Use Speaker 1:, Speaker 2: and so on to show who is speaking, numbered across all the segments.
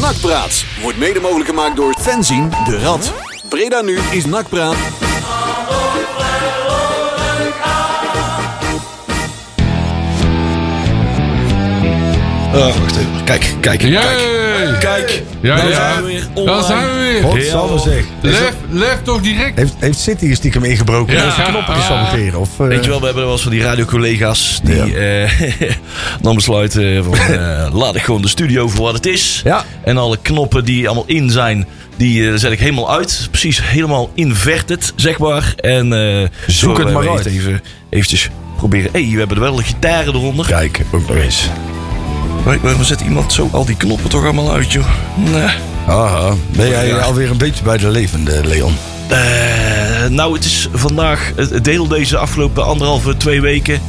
Speaker 1: Nakpraat wordt mede mogelijk gemaakt door Fenzien de Rad. Breda nu is Nakpraat.
Speaker 2: Eh, wacht even. Kijk, kijk, kijk.
Speaker 3: Jee!
Speaker 2: Kijk.
Speaker 3: Ja,
Speaker 2: Daar
Speaker 3: ja.
Speaker 2: zijn we weer
Speaker 3: Daar zijn we weer.
Speaker 2: Wat zal we zeg. Is
Speaker 3: Lef,
Speaker 2: het-
Speaker 3: lef toch direct.
Speaker 2: Heeft, heeft City hier stiekem ingebroken Dus, eh,
Speaker 3: Ja.
Speaker 2: om zijn knoppen te
Speaker 3: Ja.
Speaker 2: saboteren? Of, eh,
Speaker 4: Weet je wel, we hebben wel eens van die radiocollega's die eh, dan besluiten van eh, laat ik gewoon de studio voor wat het is.
Speaker 2: Ja.
Speaker 4: En alle knoppen die allemaal in zijn, die eh, zet ik helemaal uit. Precies helemaal inverted, zeg maar. En eh, zo
Speaker 2: het
Speaker 4: hebben
Speaker 2: maar
Speaker 4: we
Speaker 2: uit.
Speaker 4: Even, eventjes proberen. Hé, hey, we hebben er wel een gitaren eronder.
Speaker 2: Kijk, ook nog eens.
Speaker 4: Waar- Waarom zet iemand zo al die knoppen toch allemaal uit, joh? Nee.
Speaker 2: Aha. Ben jij
Speaker 4: Ja.
Speaker 2: alweer een beetje bij de levende, Leon?
Speaker 4: Eh, nou, het is vandaag het het deel deze afgelopen anderhalve, twee weken.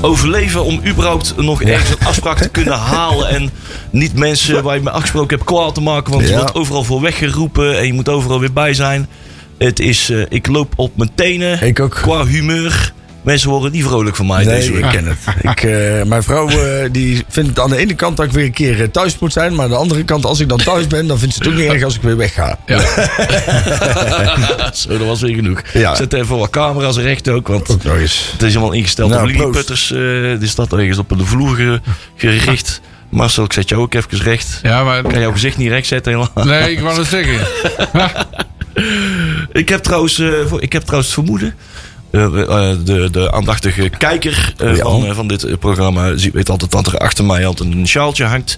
Speaker 4: Overleven om überhaupt nog ergens een afspraak te kunnen halen. En niet mensen waar je mee afgesproken hebt kwaad te maken. Want je
Speaker 2: Ja.
Speaker 4: wordt overal voor weggeroepen en je moet overal weer bij zijn. Het is, eh, ik loop op mijn tenen.
Speaker 2: Ik ook.
Speaker 4: Qua humeur. Mensen worden niet vrolijk van mij
Speaker 2: Nee,
Speaker 4: deze week.
Speaker 2: ik ken het. Ik, eh, mijn vrouw eh, die vindt het aan de ene kant dat ik weer een keer eh, thuis moet zijn. Maar aan de andere kant, als ik dan thuis ben, dan vindt ze het ook niet erg als ik weer wegga.
Speaker 4: Zo, dat was weer genoeg.
Speaker 2: Ja.
Speaker 4: Zet even wat camera's recht ook. Want
Speaker 2: Ook nog eens.
Speaker 4: Het is helemaal ingesteld
Speaker 2: Nou,
Speaker 4: op
Speaker 2: proost.
Speaker 4: lilliputters. eh die staat ergens op de vloer ge- gericht. Marcel, ik zet jou ook even recht.
Speaker 3: Ja, maar...
Speaker 4: Ik kan jouw gezicht niet recht zetten helemaal.
Speaker 3: Nee, ik wou het zeggen.
Speaker 4: Ik heb trouwens, eh, voor- ik heb trouwens het vermoeden... eh, eh, de, de aandachtige kijker eh,
Speaker 2: Ja.
Speaker 4: van, eh, van dit eh, programma zie- weet altijd dat er achter mij altijd een sjaaltje hangt.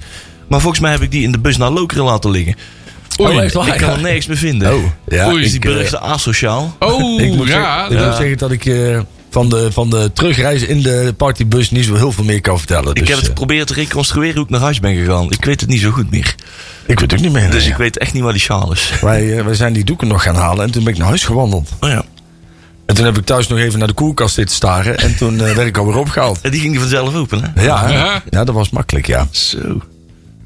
Speaker 4: Maar volgens mij heb ik die in de bus naar Lokeren laten liggen.
Speaker 3: Oei.
Speaker 2: Oh, echt waar?
Speaker 4: ik kan er nergens meer vinden.
Speaker 2: Oh, ja.
Speaker 3: Oei.
Speaker 4: Is die
Speaker 2: ik, eh,
Speaker 4: beruchte asociaal?
Speaker 3: Oh,
Speaker 2: ik moet
Speaker 3: ja.
Speaker 2: zeggen, ik moet zeggen dat ik eh, van, de, van de terugreis in de partybus niet zo heel veel meer kan vertellen.
Speaker 4: Ik
Speaker 2: Dus,
Speaker 4: heb het
Speaker 2: eh,
Speaker 4: geprobeerd te reconstrueren hoe ik naar huis ben gegaan. Ik weet het niet zo goed meer.
Speaker 2: ik weet ook niet meer.
Speaker 4: Dus
Speaker 2: nee.
Speaker 4: ik weet echt niet waar die sjaal is.
Speaker 2: wij, eh, wij zijn die doeken nog gaan halen en toen ben ik naar huis gewandeld.
Speaker 4: Oh ja.
Speaker 2: En toen heb ik thuis nog even naar de koelkast zitten staren. En toen eh, werd ik alweer opgehaald.
Speaker 4: En die ging die vanzelf open, hè?
Speaker 2: Ja,
Speaker 3: Ja.
Speaker 2: ja, dat was makkelijk, ja.
Speaker 4: Zo.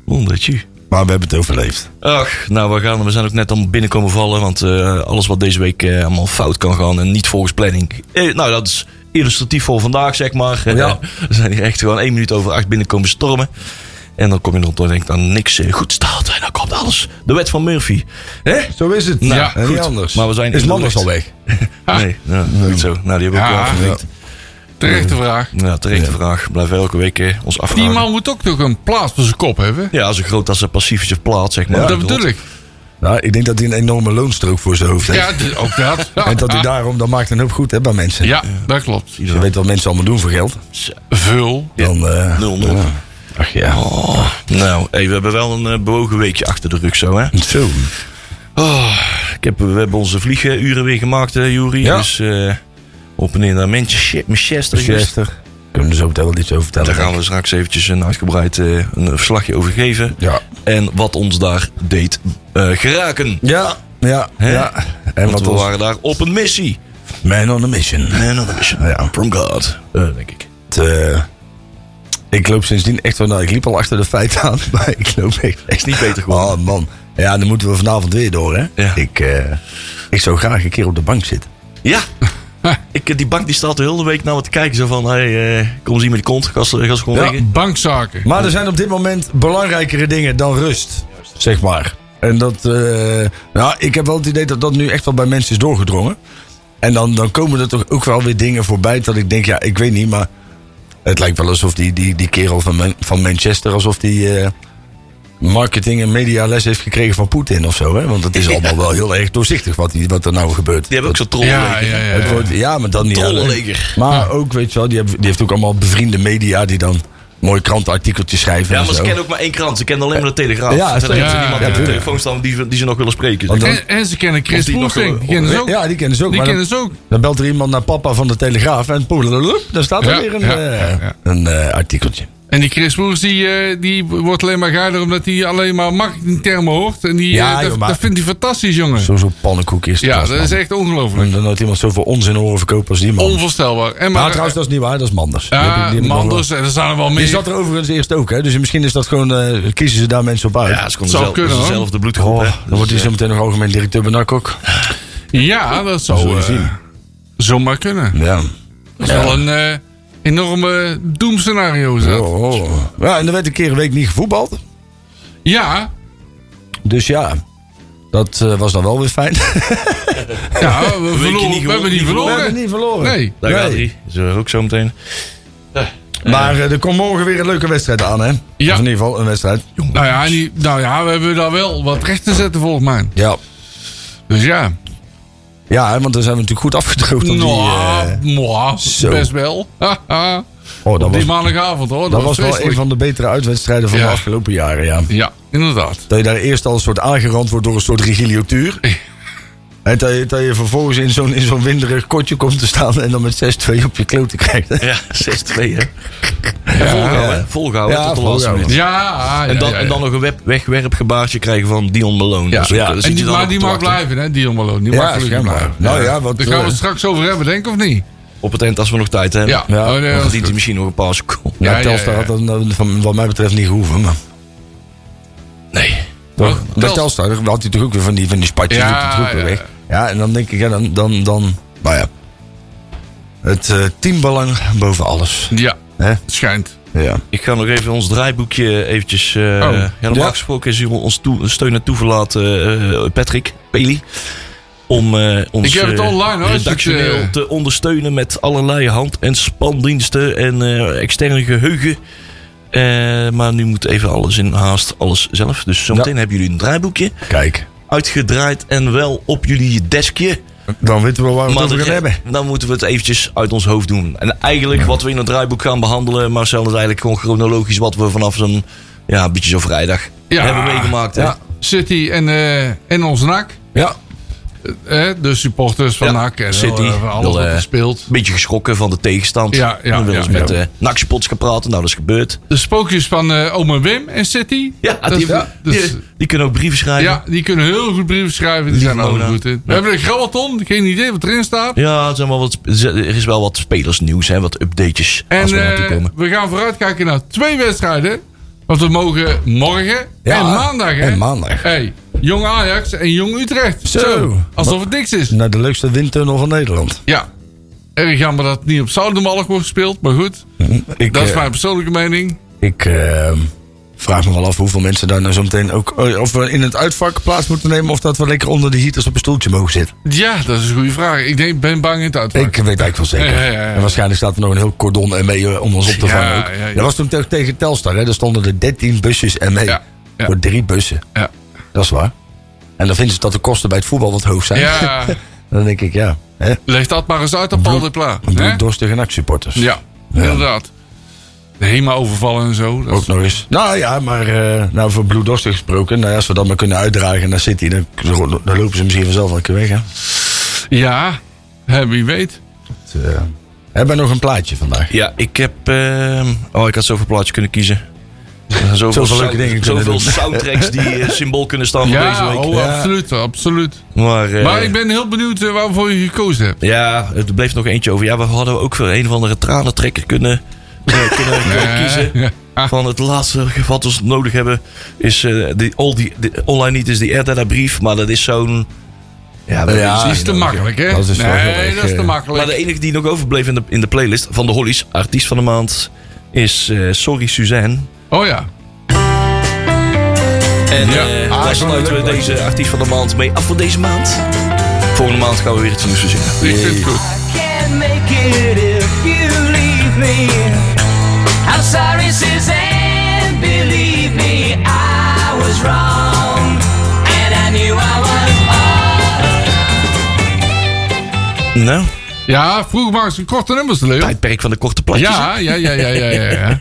Speaker 4: Wondertje.
Speaker 2: Maar we hebben het overleefd.
Speaker 4: Ach, nou, we, gaan, we zijn ook net om binnen komen vallen. Want eh, alles wat deze week eh, allemaal fout kan gaan en niet volgens planning. Eh, nou, dat is illustratief voor vandaag, zeg maar.
Speaker 3: Oh
Speaker 2: Ja.
Speaker 4: we zijn hier echt gewoon één minuut over acht binnenkomen stormen. En dan kom je erop en denk dan niks eh, goed staat. En dan komt alles. De wet van Murphy. Hè?
Speaker 2: Zo is het.
Speaker 4: Nou,
Speaker 2: en
Speaker 4: goed.
Speaker 2: niet anders.
Speaker 4: Maar we zijn
Speaker 2: is
Speaker 4: in de
Speaker 2: Manders
Speaker 4: lucht.
Speaker 2: al weg?
Speaker 4: Nee, nou, goed zo. Nou, die hebben we ook al
Speaker 3: Ja.
Speaker 4: afgevinkt.
Speaker 3: Terechte vraag.
Speaker 4: Nou, terechte vraag. Blijf elke week eh, ons
Speaker 3: Die
Speaker 4: afvragen.
Speaker 3: man moet ook nog een plaats voor zijn kop hebben.
Speaker 4: Ja, zo groot als een passiefje plaat, zeg maar.
Speaker 3: dat bedoel ik.
Speaker 2: Nou, ik denk dat hij een enorme loonstrook voor zijn hoofd heeft.
Speaker 3: Ja, d- ook dat. Ja.
Speaker 2: En dat hij daarom, dat maakt een hoop goed hè, bij mensen.
Speaker 3: Ja, dat klopt.
Speaker 2: Je weet wat mensen allemaal doen voor geld.
Speaker 3: Vul.
Speaker 2: Dan, eh,
Speaker 4: Nul, nul.
Speaker 2: ja. Ach ja.
Speaker 4: Oh, nou, hey, we hebben wel een eh, bewogen weekje achter de rug zo, hè?
Speaker 2: Zo.
Speaker 4: Oh, ik heb, we hebben onze vliegenuren weer gemaakt, hè, Jury.
Speaker 2: Ja.
Speaker 4: Dus eh, op en neer naar Manchester. Manchester. geweest.
Speaker 2: Chester. Kunnen we zo meteen wel iets over vertellen.
Speaker 4: Daar gaan we straks eventjes een uitgebreid eh, een verslagje over geven.
Speaker 2: Ja.
Speaker 4: En wat ons daar deed eh, geraken.
Speaker 2: Ja, ja,
Speaker 4: Hè?
Speaker 2: ja. En
Speaker 4: Want
Speaker 2: wat
Speaker 4: we
Speaker 2: was
Speaker 4: waren daar op een missie.
Speaker 2: Man on a Mission.
Speaker 4: Man on a mission.
Speaker 2: Ja.
Speaker 4: From God, eh, denk ik.
Speaker 2: Het, eh, ik loop sindsdien echt wel... Nou, ik liep al achter de feiten aan, maar ik loop echt...
Speaker 4: Is niet beter geworden.
Speaker 2: Oh man. Ja, dan moeten we vanavond weer door, hè?
Speaker 4: Ja.
Speaker 2: Ik, eh, ik zou graag een keer op de bank zitten.
Speaker 4: Ja. ik, eh, die bank die staat de hele week naar me te kijken. Zo van, hey, eh kom eens hier met die kont. Ga ze ga ze gewoon
Speaker 2: Ja.
Speaker 4: liggen.
Speaker 3: Bankzaken.
Speaker 2: Maar er zijn op dit moment belangrijkere dingen dan rust, zeg maar. En dat, eh, nou, ik heb wel het idee dat dat nu echt wel bij mensen is doorgedrongen. En dan, dan komen er toch ook wel weer dingen voorbij dat ik denk, ja, ik weet niet, maar het lijkt wel alsof die, die, die kerel van, Man- van Manchester, alsof die eh, marketing en mediales heeft gekregen van Poetin of zo. Hè? Want het is allemaal wel heel erg doorzichtig wat, die, wat er nou gebeurt.
Speaker 4: Die hebben ook zo'n troll.
Speaker 3: Ja, ja,
Speaker 4: Eh,
Speaker 3: ja.
Speaker 2: Het wordt, ja, maar dan niet alleen.
Speaker 4: Trollenleger.
Speaker 2: Maar ook, weet je wel, die, hebben- die heeft ook allemaal bevriende media die dan mooie krantenartikeltjes schrijven.
Speaker 4: Ja,
Speaker 2: en
Speaker 4: maar ze
Speaker 2: zo.
Speaker 4: kennen ook maar één krant. Ze kennen alleen maar de Telegraaf.
Speaker 2: Ja,
Speaker 4: Ja, Verder
Speaker 2: ja,
Speaker 4: hebben ze niemand
Speaker 2: ja,
Speaker 4: die op de
Speaker 2: tuurlijk.
Speaker 4: telefoon staan die, die ze nog willen spreken.
Speaker 2: Want dan-
Speaker 3: En, en ze kennen Chris
Speaker 4: Of die nog
Speaker 3: Poelsting. Die
Speaker 4: wel-
Speaker 3: kennen ze ook.
Speaker 2: Ja, die kennen ze ook.
Speaker 3: Die
Speaker 2: maar
Speaker 3: kennen
Speaker 2: dan,
Speaker 3: ze ook.
Speaker 2: dan belt er iemand naar papa van de Telegraaf en poelulup, daar staat er
Speaker 3: Ja,
Speaker 2: weer een,
Speaker 3: ja,
Speaker 2: eh,
Speaker 3: ja, ja.
Speaker 2: een eh, artikeltje.
Speaker 3: En die Chris Poels, die, eh, die wordt alleen maar geiler omdat hij alleen maar marketingtermen hoort. En die, eh,
Speaker 2: Ja,
Speaker 3: dat,
Speaker 2: joh, maar-
Speaker 3: dat vindt hij fantastisch, jongen.
Speaker 2: Zo- Zo'n pannenkoek is het
Speaker 3: ja,
Speaker 2: was,
Speaker 3: dat
Speaker 2: man.
Speaker 3: is echt ongelooflijk.
Speaker 2: En dan nooit iemand zoveel onzin horen verkopen als die man.
Speaker 3: Onvoorstelbaar. En maar,
Speaker 2: maar Nou, trouwens, dat is niet waar, dat is Manders. Die heb ik- die
Speaker 3: ja,
Speaker 2: heb ik nog
Speaker 3: Manders, en er staan er wel
Speaker 2: wel-
Speaker 3: meer.
Speaker 2: Die zat er overigens eerst ook, hè? dus misschien is dat gewoon, eh, kiezen ze daar mensen op uit.
Speaker 4: Ja, ze konden
Speaker 3: Zou
Speaker 4: zelf,
Speaker 3: kunnen,
Speaker 4: ze
Speaker 3: hoor.
Speaker 4: zelf de bloedgroep.
Speaker 2: Oh,
Speaker 4: hè. Dus, eh,
Speaker 2: dan wordt hij zo meteen nog algemeen directeur bij NAC ook.
Speaker 3: Ja, dat zou
Speaker 2: Zul je
Speaker 3: eh,
Speaker 2: zien.
Speaker 3: zomaar kunnen.
Speaker 2: Ja.
Speaker 3: Dat is wel een eh, enorme doemscenario. is dat.
Speaker 2: Oh. Ja, en er werd een keer een week niet gevoetbald.
Speaker 3: Ja,
Speaker 2: Dus ja, dat eh, was dan wel weer fijn.
Speaker 3: Ja, we, verloren,
Speaker 4: niet
Speaker 3: we hebben
Speaker 4: gewonnen.
Speaker 3: niet
Speaker 2: We
Speaker 3: verloren.
Speaker 2: hebben niet verloren.
Speaker 3: Nee.
Speaker 4: eh, Daar
Speaker 2: Nee.
Speaker 4: gaat hij. Is er ook zo meteen.
Speaker 2: Maar eh, er komt morgen weer een leuke wedstrijd aan, hè?
Speaker 3: Ja.
Speaker 2: Of in ieder geval een wedstrijd.
Speaker 3: Nou ja, niet, nou ja, we hebben daar wel wat recht te zetten volgens mij.
Speaker 2: Ja.
Speaker 3: Dus ja.
Speaker 2: Ja, hè, want dan zijn we natuurlijk goed afgedroogd. op die,
Speaker 3: Nou,
Speaker 2: eh,
Speaker 3: mwah,
Speaker 2: zo.
Speaker 3: best wel. Haha.
Speaker 2: oh, dat
Speaker 3: Op die
Speaker 2: was,
Speaker 3: maandagavond hoor. Dat,
Speaker 2: dat was wel een
Speaker 3: feestelijk.
Speaker 2: van de betere uitwedstrijden van
Speaker 3: Ja.
Speaker 2: de afgelopen jaren, ja.
Speaker 3: Ja, inderdaad.
Speaker 2: Dat je daar eerst al een soort aangerand wordt door een soort regiliotuur. En dat je, dat je vervolgens in zo'n, in zo'n winderig kotje komt te staan en dan met 6-2 op je klote krijgt.
Speaker 4: Ja, 6-2 hè. En volgehouden, hè? volgehouden
Speaker 2: Ja,
Speaker 4: tot de laatste
Speaker 2: volgehouden.
Speaker 4: minuut.
Speaker 3: Ja,
Speaker 4: En dan,
Speaker 3: ja, ja,
Speaker 4: en dan nog een web- wegwerpgebaartje krijgen van Dion Malone.
Speaker 3: Ja.
Speaker 4: Dus ook,
Speaker 2: Ja.
Speaker 4: daar
Speaker 2: En
Speaker 4: zit
Speaker 3: En
Speaker 4: je
Speaker 3: die,
Speaker 4: dan
Speaker 3: maar
Speaker 4: op
Speaker 3: die
Speaker 4: te
Speaker 3: mag
Speaker 4: wachten.
Speaker 3: blijven, hè, Dion Malone. Die mag gelukkig
Speaker 2: schijnbaar.
Speaker 3: blijven.
Speaker 2: Nou ja, wat,
Speaker 3: Daar gaan we
Speaker 2: eh,
Speaker 3: het straks over hebben, denk ik, of niet?
Speaker 4: Op het eind als we nog tijd hebben.
Speaker 3: Ja.
Speaker 2: Ja.
Speaker 3: Oh, nee,
Speaker 4: Dan
Speaker 3: dat is
Speaker 4: verdient
Speaker 3: goed.
Speaker 4: hij misschien nog een paar seconden.
Speaker 2: Ja,
Speaker 3: Ja, ja,
Speaker 2: Telstar
Speaker 3: ja.
Speaker 2: had dat eh, van, wat mij betreft niet gehoeven. Maar.
Speaker 4: Nee.
Speaker 2: Toch?
Speaker 3: Oh,
Speaker 2: Bij
Speaker 3: Telstar.
Speaker 2: Telstar had hij toch ook weer van die, van die spatjes
Speaker 3: Ja,
Speaker 2: ja, die troepen
Speaker 3: ja.
Speaker 2: weg. Ja, en dan denk ik, ja, dan, dan, dan nou ja. Het eh, teambelang boven alles.
Speaker 3: Ja,
Speaker 2: Hè?
Speaker 3: het schijnt.
Speaker 2: Ja.
Speaker 4: Ik ga nog even ons draaiboekje eventjes... eh
Speaker 3: Oh,
Speaker 4: ja, normaal
Speaker 2: Ja.
Speaker 4: gesproken is hier ons toe, steun en toeverlaten eh, Patrick, Peli. Om eh ons
Speaker 3: Ik heb het
Speaker 4: eh,
Speaker 3: online, hoor, als je het,
Speaker 4: redactioneel
Speaker 3: eh,
Speaker 4: te ondersteunen met allerlei hand- en spandiensten en eh externe geheugen. Eh, maar nu moet even alles in haast, alles zelf. Dus zometeen hebben jullie een draaiboekje
Speaker 2: Kijk,
Speaker 4: uitgedraaid en wel op jullie deskje.
Speaker 2: dan weten we waar we het
Speaker 4: Maar
Speaker 2: over
Speaker 4: dat-
Speaker 2: gaan hebben.
Speaker 4: dan moeten we het eventjes uit ons hoofd doen. En eigenlijk wat we in het draaiboek gaan behandelen, Marcel, is eigenlijk gewoon chronologisch wat we vanaf zo'n ja, een beetje zo vrijdag
Speaker 3: Ja.
Speaker 4: hebben meegemaakt. hè.
Speaker 3: Ja. City en, eh en ons NAC.
Speaker 2: Ja.
Speaker 3: Eh, de supporters van
Speaker 4: Ja,
Speaker 3: NAC. En
Speaker 4: City.
Speaker 3: eh, van alles
Speaker 4: Wil,
Speaker 3: wat
Speaker 4: eh,
Speaker 3: er speelt.
Speaker 4: Een beetje geschrokken van de tegenstand.
Speaker 3: Ja, ja,
Speaker 4: we wel eens
Speaker 3: ja,
Speaker 4: met
Speaker 2: ja.
Speaker 4: eh NAC-spots gaan praten. Nou, dat is gebeurd.
Speaker 3: De spookjes van eh oma Wim en City.
Speaker 4: Ja,
Speaker 3: Dat-
Speaker 4: die,
Speaker 3: ja,
Speaker 4: die-
Speaker 3: dus-
Speaker 4: die kunnen ook brieven schrijven.
Speaker 3: ja, die kunnen heel goed brieven schrijven. Die
Speaker 4: Lieve
Speaker 3: zijn er ook
Speaker 4: Mona.
Speaker 3: goed in. We hebben een grabbelton. Geen idee wat erin staat.
Speaker 4: Ja, er zijn wel wat, er is wel wat spelersnieuws en wat updatejes
Speaker 3: En
Speaker 4: als we
Speaker 3: eh,
Speaker 4: naartoe komen.
Speaker 3: we gaan vooruitkijken naar twee wedstrijden. Want we mogen morgen
Speaker 2: Ja,
Speaker 3: en maandag. Hè?
Speaker 2: en maandag.
Speaker 3: Hey, jong Ajax en jong Utrecht.
Speaker 2: Zo.
Speaker 3: Alsof het niks is.
Speaker 2: Naar de leukste windtunnel van Nederland.
Speaker 3: Ja. Erg jammer dat het niet op Zoudemallig wordt gespeeld. Maar goed,
Speaker 2: Ik,
Speaker 3: dat is
Speaker 2: eh,
Speaker 3: mijn persoonlijke mening.
Speaker 2: Ik eh, vraag me wel af hoeveel mensen daar nou zo meteen ook. eh, Of we in het uitvak plaats moeten nemen. Of dat we lekker onder de heaters op een stoeltje mogen zitten.
Speaker 3: Ja, dat is een goede vraag. Ik denk, ben bang in het uitvak.
Speaker 2: Ik weet eigenlijk wel zeker.
Speaker 3: Ja, ja, ja.
Speaker 2: En waarschijnlijk staat er nog een heel cordon en mee eh, om ons op te
Speaker 3: Ja,
Speaker 2: vangen. ook.
Speaker 3: ja, ja.
Speaker 2: Dat was toen te- tegen Telstar. Hè? Daar stonden er 13 busjes en mee.
Speaker 3: Ja, ja.
Speaker 2: Voor drie bussen.
Speaker 3: Ja.
Speaker 2: Dat is waar. En dan vinden ze dat de kosten bij het voetbal wat hoog zijn.
Speaker 3: ja,
Speaker 2: Dan denk ik, ja. Hè?
Speaker 3: leg dat maar eens uit op Paul de Pla. hè?
Speaker 2: Bloeddorstige NAC-supporters.
Speaker 3: Ja, inderdaad. De HEMA overvallen en zo. Dat
Speaker 2: Ook nog eens. Nou ja, maar eh, nou, voor bloeddorstig gesproken. Nou ja, als we dat maar kunnen uitdragen naar City. Dan, dan lopen ze misschien vanzelf wel een keer weg. Hè?
Speaker 3: Ja, hè, wie weet.
Speaker 2: Eh, hebben we nog een plaatje vandaag?
Speaker 4: Ja, ik heb. eh, oh, ik had zoveel plaatjes kunnen kiezen. Er zijn Zoveel,
Speaker 2: Zoveel leuke
Speaker 4: sound-
Speaker 2: dingen kunnen
Speaker 4: Zoveel
Speaker 2: doen.
Speaker 4: soundtracks die eh, symbool kunnen staan voor deze
Speaker 3: Ja,
Speaker 4: week.
Speaker 3: oh,
Speaker 2: Ja.
Speaker 3: absoluut, absoluut.
Speaker 4: Maar, eh,
Speaker 3: Maar ik ben heel benieuwd eh, waarvoor je gekozen hebt.
Speaker 4: ja, er bleef nog eentje over. Ja, we hadden ook voor een of andere tranentrekker kunnen, eh, kunnen, kunnen
Speaker 3: Eh,
Speaker 4: kiezen.
Speaker 3: ja. Ah,
Speaker 4: Van het laatste wat we nodig hebben is eh die, all die, die- online niet is die Erdada brief, maar dat is zo'n. Ja, dat
Speaker 2: Ja,
Speaker 4: is
Speaker 3: die
Speaker 4: niet
Speaker 3: is te
Speaker 4: nodig.
Speaker 3: makkelijk, hè?
Speaker 2: Dat is wel heel
Speaker 3: nee,
Speaker 2: erg,
Speaker 3: dat is te
Speaker 2: eh,
Speaker 4: Maar
Speaker 3: makkelijk.
Speaker 4: de enige die nog overbleef in de, in de playlist van de Hollies, artiest van de maand, is eh, Sorry Suzanne.
Speaker 3: Oh ja.
Speaker 4: En
Speaker 3: Ja.
Speaker 4: eh, daar
Speaker 2: Ah, ik vond het
Speaker 4: sluiten we
Speaker 2: leuk,
Speaker 4: deze artiest van de maand mee af voor deze maand. Volgende maand gaan we weer iets nieuws verzinnen.
Speaker 3: Ik vind het goed.
Speaker 5: I can't make it if you leave me. I'm sorry, Suzanne. Believe me, I was wrong, and I knew I was wrong.
Speaker 4: Nou,
Speaker 3: Ja, vroeg maar eens een korte nummers, Leo.
Speaker 4: tijdperk van de korte plaatjes.
Speaker 3: Ja, ja, ja, ja, ja, ja. ja.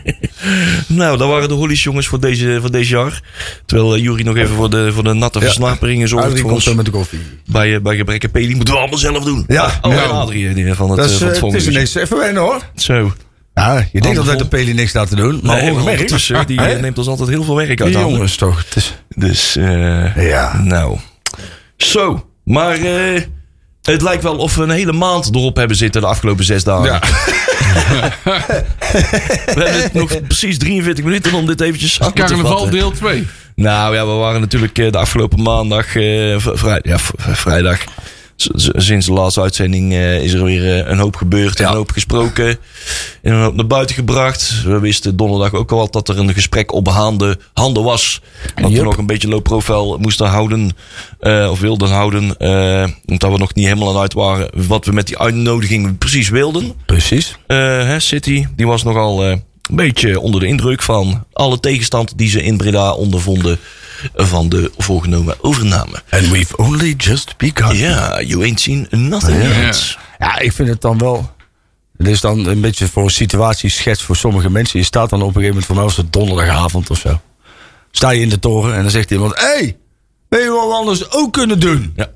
Speaker 4: Nou, dat waren de Hollies jongens voor deze, voor deze jaar. Terwijl eh, Jury nog even voor de, voor de natte versnaperingen zorgt
Speaker 2: Adrie
Speaker 4: voor
Speaker 2: komt
Speaker 4: ons.
Speaker 2: zo met de koffie.
Speaker 4: Bij, eh, bij gebrek aan Peli moeten we allemaal zelf doen.
Speaker 2: Ja,
Speaker 4: Oh,
Speaker 3: ja.
Speaker 4: en Adrie eh, die van het,
Speaker 2: Dat
Speaker 4: eh, van
Speaker 2: is,
Speaker 4: het
Speaker 2: eh, het
Speaker 4: volgende
Speaker 2: is
Speaker 4: uurtje.
Speaker 2: ineens even wennen hoor.
Speaker 4: Zo.
Speaker 2: Ja, je denkt dat wij de
Speaker 4: Handvol.
Speaker 2: Peli niks laten doen. Maar
Speaker 4: Nee, maar
Speaker 2: ongemerkt.
Speaker 4: ondertussen, die eh,
Speaker 2: Hè?
Speaker 4: neemt ons altijd heel veel werk uit
Speaker 2: Die
Speaker 4: de handen.
Speaker 2: jongens toch. Het is,
Speaker 4: Dus, eh,
Speaker 2: ja.
Speaker 4: Nou. Zo, maar eh, het lijkt wel of we een hele maand erop hebben zitten de afgelopen zes dagen.
Speaker 3: Ja.
Speaker 4: We hebben nog precies 43 minuten om dit eventjes af te
Speaker 3: Carnaval
Speaker 4: vatten.
Speaker 3: deel 2.
Speaker 4: Nou ja, we waren natuurlijk eh, de afgelopen maandag, eh, v- vrij- ja, v- v- vrijdag, s- s- sinds de laatste uitzending eh, is er weer eh, een hoop gebeurd. En
Speaker 2: Ja.
Speaker 4: een hoop gesproken. En een hoop naar buiten gebracht. We wisten donderdag ook al dat er een gesprek op handen, handen was. Dat we
Speaker 2: Yep.
Speaker 4: nog een beetje low profile moesten houden. eh, of wilden houden. eh, omdat we nog niet helemaal aan uit waren wat we met die uitnodiging precies wilden.
Speaker 2: Precies.
Speaker 4: Eh, hè, City, die was nogal eh, een beetje onder de indruk van alle tegenstand die ze in Breda ondervonden van de voorgenomen overname.
Speaker 2: And we've only just begun.
Speaker 4: Ja, you ain't seen nothing yet.
Speaker 2: Ja, ik vind het dan wel. Het is dan een beetje voor een situatieschets voor sommige mensen. Je staat dan op een gegeven moment voor mij was het donderdagavond of zo. Sta je in de toren en dan zegt iemand: Hé, hey, weet je wat we anders ook kunnen doen?
Speaker 4: Ja.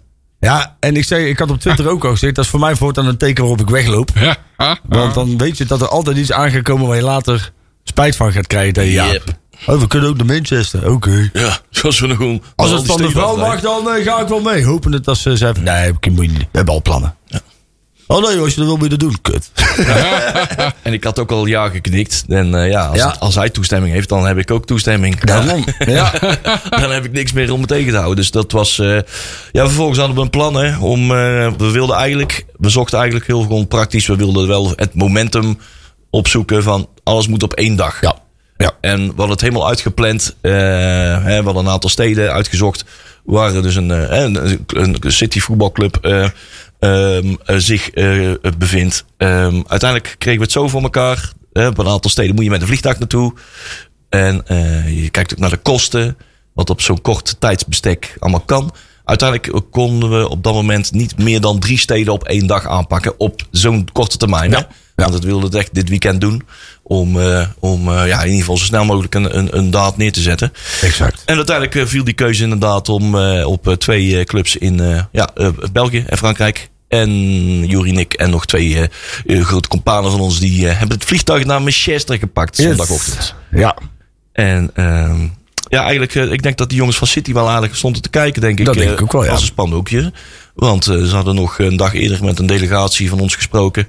Speaker 2: Ja, en ik, zei, ik had op Twitter ook al gezegd: dat is voor mij voortaan een teken waarop ik wegloop.
Speaker 3: Ja. Ah, ah.
Speaker 2: Want dan weet je dat er altijd iets aangekomen waar je later spijt van gaat krijgen. Tegen Jaap.
Speaker 4: Yep.
Speaker 2: Oh, we kunnen ook naar Manchester. Oké.
Speaker 4: Ja, zoals we nog gewoon...
Speaker 2: Als het van de vrouw mag, dan eh, ga ik wel mee. Hopende dat ze zei van, nee, ik moet je niet. we hebben al plannen. Oh nee, als je dat wil, moet je dat doen. Kut.
Speaker 4: En ik had ook al ja geknikt. En eh, ja, als,
Speaker 2: Ja.
Speaker 4: als hij toestemming heeft, dan heb ik ook toestemming.
Speaker 2: Daarom. Ja.
Speaker 4: dan heb ik niks meer om me tegen te houden. Dus dat was. eh, ja, vervolgens hadden we een plan. Hè, om, eh, we wilden eigenlijk. We zochten eigenlijk heel gewoon praktisch. We wilden wel het momentum opzoeken van alles moet op één dag.
Speaker 2: Ja. Ja.
Speaker 4: En we hadden het helemaal uitgepland. eh, hè, we hadden een aantal steden uitgezocht. Waar er dus een, eh, een, een city voetbalclub eh, ehm, eh, zich eh, bevindt. Ehm, uiteindelijk kregen we het zo voor elkaar. Eh, op een aantal steden moet je met een vliegtuig naartoe. En eh, je kijkt ook naar de kosten. Wat op zo'n kort tijdsbestek allemaal kan. Uiteindelijk konden we op dat moment niet meer dan drie steden op één dag aanpakken. Op zo'n korte termijn. hè? Want dat wilde het echt dit weekend doen. Om, eh, om eh, ja, in ieder geval zo snel mogelijk een, een, een daad neer te zetten.
Speaker 2: Exact.
Speaker 4: En uiteindelijk eh, viel die keuze inderdaad om eh, op eh, twee eh, clubs in eh, ja, eh, België en Frankrijk. En Juri Nick en nog twee eh, eh, grote companen van ons. Die eh, hebben het vliegtuig naar Manchester gepakt zondagochtend.
Speaker 2: Ja.
Speaker 4: En ehm, ja, eigenlijk, eh, ik denk dat die jongens van City wel aardig stonden te kijken, denk ik.
Speaker 2: Dat denk
Speaker 4: eh,
Speaker 2: ik ook wel, ja.
Speaker 4: Als een spandoekje. Want eh, ze hadden nog een dag eerder met een delegatie van ons gesproken.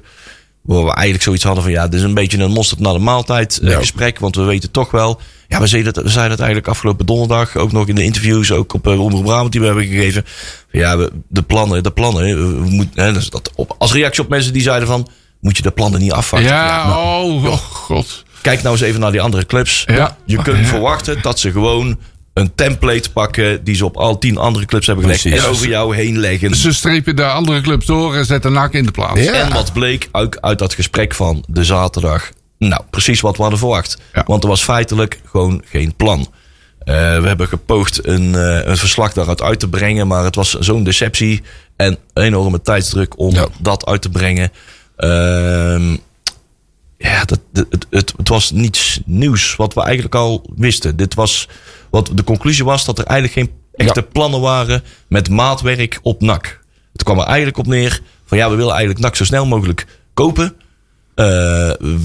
Speaker 4: Waar we eigenlijk zoiets hadden van, ja, dit is een beetje een mosterd naar de maaltijd eh,
Speaker 2: Ja.
Speaker 4: gesprek. Want we weten toch wel... Ja, we zeiden, dat, we zeiden dat eigenlijk afgelopen donderdag. Ook nog in de interviews, ook op eh, Omroep Brabant die we hebben gegeven. Van, Ja, we, de plannen, de plannen. eh, We, moeten hè, dus dat op, als reactie op mensen die zeiden van... Moet je de plannen niet afwachten?
Speaker 3: Ja, oh, oh god.
Speaker 4: Kijk nou eens even naar die andere clubs.
Speaker 3: Ja. Oh,
Speaker 4: Je kunt
Speaker 3: Ja.
Speaker 4: verwachten dat ze gewoon een template pakken die ze op al tien andere clubs hebben gelegd.
Speaker 2: Precies.
Speaker 4: En over jou heen leggen.
Speaker 3: Ze strepen de andere clubs door en zetten NAC in de plaats.
Speaker 4: En wat bleek ook uit dat gesprek van de zaterdag. Nou, precies wat we hadden verwacht.
Speaker 3: Ja.
Speaker 4: Want er was feitelijk gewoon geen plan. Eh, we hebben gepoogd een, eh, een verslag daaruit uit te brengen. Maar het was zo'n deceptie. En een enorme tijdsdruk om
Speaker 2: Ja.
Speaker 4: dat uit te brengen. Ehm, ja, dat, dat- het, het, het was niets nieuws wat we eigenlijk al wisten. Dit was, wat de conclusie was dat er eigenlijk geen echte plannen waren met maatwerk op NAC. Het kwam er eigenlijk op neer van ja, we willen eigenlijk NAC zo snel mogelijk kopen. Eh,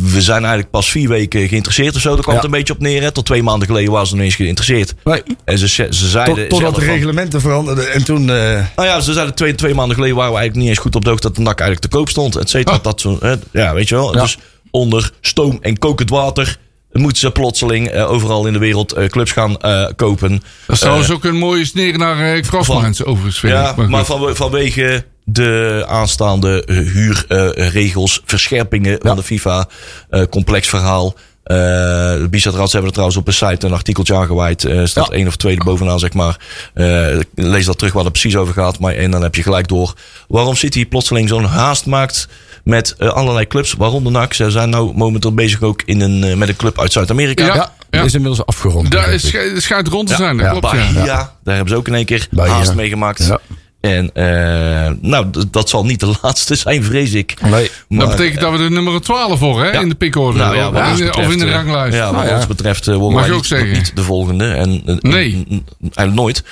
Speaker 4: we zijn eigenlijk pas vier weken geïnteresseerd of zo. Daar kwam
Speaker 2: Ja.
Speaker 4: het een beetje op neer. Hè. Tot twee maanden geleden waren ze nog eens geïnteresseerd.
Speaker 2: Nee.
Speaker 4: En ze, ze ze zeiden...
Speaker 2: Tot, totdat
Speaker 4: zelf
Speaker 2: de
Speaker 4: van-
Speaker 2: reglementen veranderden. En toen... eh,
Speaker 4: nou ja, ze zeiden twee, twee maanden geleden waren we eigenlijk niet eens goed op de hoogte dat de NAC eigenlijk te koop stond. Et cetera. Dat zo, hè, ja, weet je wel.
Speaker 2: Ja.
Speaker 4: Dus onder stoom en kokend water moeten ze plotseling eh, overal in de wereld eh, clubs gaan eh, kopen.
Speaker 3: Dat is trouwens ook een mooie sneer naar eh Grafmans, overigens. vind
Speaker 4: Ja,
Speaker 3: ik.
Speaker 4: maar,
Speaker 3: goed.
Speaker 4: van, vanwege de aanstaande eh, huurregels, verscherpingen van de FIFA, eh, complex verhaal. Eh de Bizatrats hebben er trouwens op een site een artikeltje aangeweid. eh staat één of twee bovenaan, zeg maar. Eh, lees dat terug waar het precies over gaat. Maar, en dan heb je gelijk door waarom City plotseling zo'n haast maakt met eh, allerlei clubs. Waaronder NAC. Ze zijn nou momenteel bezig ook in een, eh, met een club uit Zuid-Amerika.
Speaker 3: Ja,
Speaker 2: ja,
Speaker 3: ja.
Speaker 2: is inmiddels afgerond.
Speaker 3: Daar
Speaker 2: begrijp
Speaker 3: is,
Speaker 2: ik.
Speaker 3: het schijnt rond te zijn, dat
Speaker 2: ja,
Speaker 3: klopt. Ja.
Speaker 4: Bahia, daar hebben ze ook in één keer
Speaker 2: Bahia.
Speaker 4: haast mee gemaakt.
Speaker 2: Ja.
Speaker 4: En eh, nou, d- dat zal niet de laatste zijn, vrees ik.
Speaker 2: Nee.
Speaker 4: Maar,
Speaker 3: Dat betekent dat we de nummer 12 horen, hè?
Speaker 4: ja.
Speaker 3: In de pickorder.
Speaker 4: nou ja, wat
Speaker 3: of,
Speaker 4: ons
Speaker 3: in de- of
Speaker 4: betreft,
Speaker 3: in de
Speaker 4: eh,
Speaker 3: ranglijst.
Speaker 4: Ja, wat
Speaker 2: Nou ja.
Speaker 4: ons betreft eh, worden
Speaker 3: Mag je
Speaker 4: wij
Speaker 3: ook
Speaker 4: niet, nog
Speaker 3: zeggen.
Speaker 4: niet de volgende. En, eh,
Speaker 3: Nee.
Speaker 4: n- n- Eigenlijk nooit.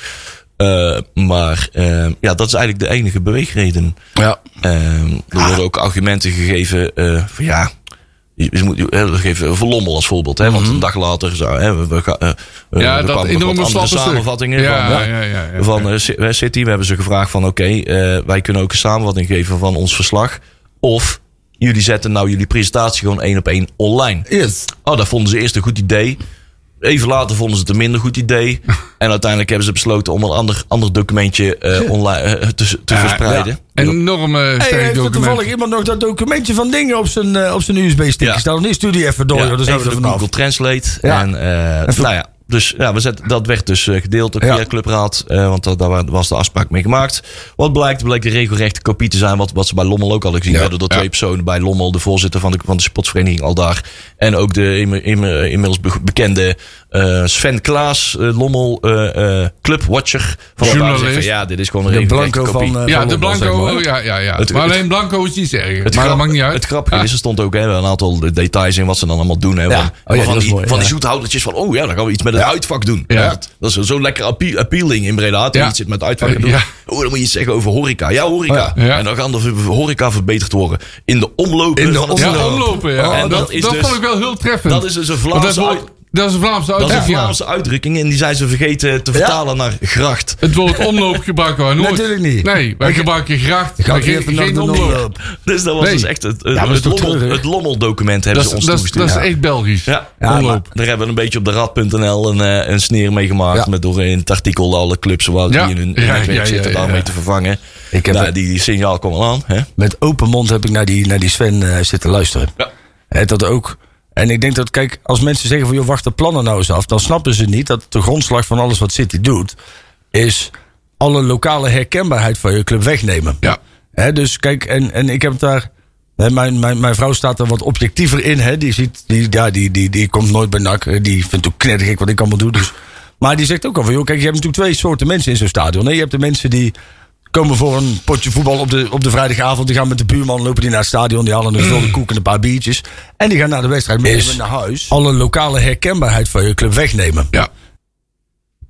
Speaker 4: Eh, maar eh, ja, dat is eigenlijk de enige beweegreden.
Speaker 2: Ja.
Speaker 4: Ehm, er worden ook argumenten gegeven eh, van ja. Je, je moet, hè, we geven Van Lommel als voorbeeld. Hè, Want een dag later zou, hè, we, we, ga- eh,
Speaker 3: Mhm. Ja,
Speaker 4: er
Speaker 3: dat
Speaker 4: kwamen nog
Speaker 3: enorme
Speaker 4: wat andere
Speaker 3: slappe stuk.
Speaker 4: samenvattingen
Speaker 3: Ja,
Speaker 4: van,
Speaker 3: ja, ja, ja.
Speaker 4: van eh, Ci- eh, City. We hebben ze gevraagd van oké, eh, wij kunnen ook een samenvatting geven van ons verslag. Of jullie zetten nou jullie presentatie gewoon één op één online.
Speaker 2: Yes.
Speaker 4: Oh, dat vonden ze eerst een goed idee. Even later vonden ze het een minder goed idee. En uiteindelijk hebben ze besloten om een ander, ander documentje eh, online eh, te, te verspreiden.
Speaker 3: Een enorme
Speaker 2: Hey,
Speaker 3: sterk
Speaker 2: heeft er toevallig
Speaker 3: document.
Speaker 2: iemand nog dat documentje van dingen op zijn, eh, op zijn USB-stick
Speaker 4: Ja.
Speaker 2: staan? Nee, stuur die even door.
Speaker 4: Ja,
Speaker 2: joh, dan zijn we
Speaker 4: even door
Speaker 2: er vanaf.
Speaker 4: Google Translate.
Speaker 2: Ja.
Speaker 4: En, eh, nou ja, dus ja, we zetten, dat werd dus eh, gedeeld ook
Speaker 2: Ja.
Speaker 4: via Clubraad. eh, want dat, daar wa- was de afspraak mee gemaakt. Wat blijkt, bleek de regelrechte kopie te zijn. Wat, wat ze bij Lommel ook al gezien hadden. Door twee personen bij Lommel. De voorzitter van de, van de sportvereniging al daar. En ook de immer- immer- inmiddels be- bekende eh, Sven Klaas eh, Lommel eh, eh, clubwatcher. Van elkaar
Speaker 3: Journalist.
Speaker 4: zeggen, ja, dit is gewoon een
Speaker 2: De
Speaker 4: regelrechte
Speaker 2: Blanco
Speaker 4: kopie.
Speaker 2: van... eh,
Speaker 3: Ja,
Speaker 2: van
Speaker 3: de
Speaker 2: Lommel, zeg maar.
Speaker 3: Blanco. oh, Ja, ja, ja.
Speaker 4: Het-
Speaker 3: maar
Speaker 4: het-
Speaker 3: alleen Blanco is iets
Speaker 4: Het,
Speaker 3: erger. maar dat
Speaker 4: grap-
Speaker 3: maakt niet uit.
Speaker 4: het grappige is, er stond ook hè, een aantal details in wat ze dan allemaal doen. Hè, van,
Speaker 2: die
Speaker 4: van,
Speaker 2: was
Speaker 4: die,
Speaker 2: mooi,
Speaker 4: van die
Speaker 2: Oh ja.
Speaker 4: zoethoudertjes van, oh ja, dan gaan we iets met het uitvak doen.
Speaker 3: Ja.
Speaker 4: Ja. dat, dat is zo lekker appe- appealing in Breda. Dat je
Speaker 3: Ja.
Speaker 4: iets zit met het uitvak te doen.
Speaker 3: Ja. Oh
Speaker 4: Oh, dan moet je iets zeggen over horeca. Ja, horeca.
Speaker 3: Ja.
Speaker 4: En dan gaan de v- horeca verbeterd worden. In de omlopen
Speaker 2: In de
Speaker 4: van het
Speaker 2: omloop.
Speaker 3: ja,
Speaker 4: stadion.
Speaker 3: omlopen, ja.
Speaker 4: Oh,
Speaker 3: En
Speaker 4: dat
Speaker 3: dat
Speaker 4: is
Speaker 3: dat
Speaker 4: dus-
Speaker 3: vond ik wel heel treffend.
Speaker 4: Dat is dus een
Speaker 3: Want dat
Speaker 4: Vlaamse,
Speaker 3: woord-
Speaker 4: uit-
Speaker 3: dat is een Vlaamse
Speaker 4: dat is een
Speaker 3: uitdrukking, ja.
Speaker 4: Vlaamse uitdrukking. En die zijn ze vergeten te vertalen naar gracht.
Speaker 3: Het woord omloop gebruiken wij nooit.
Speaker 2: Natuurlijk niet.
Speaker 3: Nee, wij gebruiken gracht.
Speaker 2: Ik ga
Speaker 3: maar
Speaker 2: weer
Speaker 3: geen,
Speaker 2: even naar
Speaker 3: geen
Speaker 2: de
Speaker 3: omloop.
Speaker 2: nul.
Speaker 4: Dus dat was
Speaker 3: Nee.
Speaker 4: dus echt het, het,
Speaker 2: maar dat is
Speaker 4: het,
Speaker 2: toch
Speaker 4: lommel,
Speaker 2: treurig?
Speaker 4: het lommeldocument hebben
Speaker 3: Dat is,
Speaker 4: ze ons
Speaker 3: dat, is,
Speaker 4: toegestuurd.
Speaker 3: dat is echt Belgisch.
Speaker 4: Ja.
Speaker 2: Ja,
Speaker 3: Omloop.
Speaker 4: Daar hebben we een beetje op de rad.nl een, eh, een sneer mee gemaakt.
Speaker 2: Ja.
Speaker 4: Met door in het artikel alle clubs waar
Speaker 3: Ja.
Speaker 4: die in hun
Speaker 3: Ja,
Speaker 4: netwerk
Speaker 3: ja, ja,
Speaker 4: zitten
Speaker 3: ja,
Speaker 4: daarmee
Speaker 3: ja.
Speaker 4: te vervangen.
Speaker 2: Ik heb
Speaker 4: nou,
Speaker 2: het-
Speaker 4: die, die signaal kwam al aan. Hè?
Speaker 2: met open mond heb ik naar die, naar die Sven eh, zitten luisteren.
Speaker 4: Ja.
Speaker 2: Hè, dat ook. En ik denk dat, kijk, als mensen zeggen van... joh, wacht de plannen nou eens af... dan snappen ze niet dat de grondslag van alles wat City doet... is alle lokale herkenbaarheid van je club wegnemen.
Speaker 3: Ja.
Speaker 2: Hè, dus kijk, en, en ik heb daar... Hè, mijn, mijn, mijn vrouw staat er wat objectiever in. Hè, die, ziet, die, ja, die, die, die komt nooit bij NAC. hè, Die vindt ook knettergek wat ik allemaal doe. Dus. Maar die zegt ook al van... Joh, kijk, je hebt natuurlijk twee soorten mensen in zo'n stadion. Hè. Je hebt de mensen die komen voor een potje voetbal op de, op de vrijdagavond. Die gaan met de buurman, lopen die naar het stadion. Die halen een gevulde koek en een paar biertjes. En die gaan naar de wedstrijd meenemen naar huis. Alle lokale herkenbaarheid van je club wegnemen.
Speaker 3: Ja.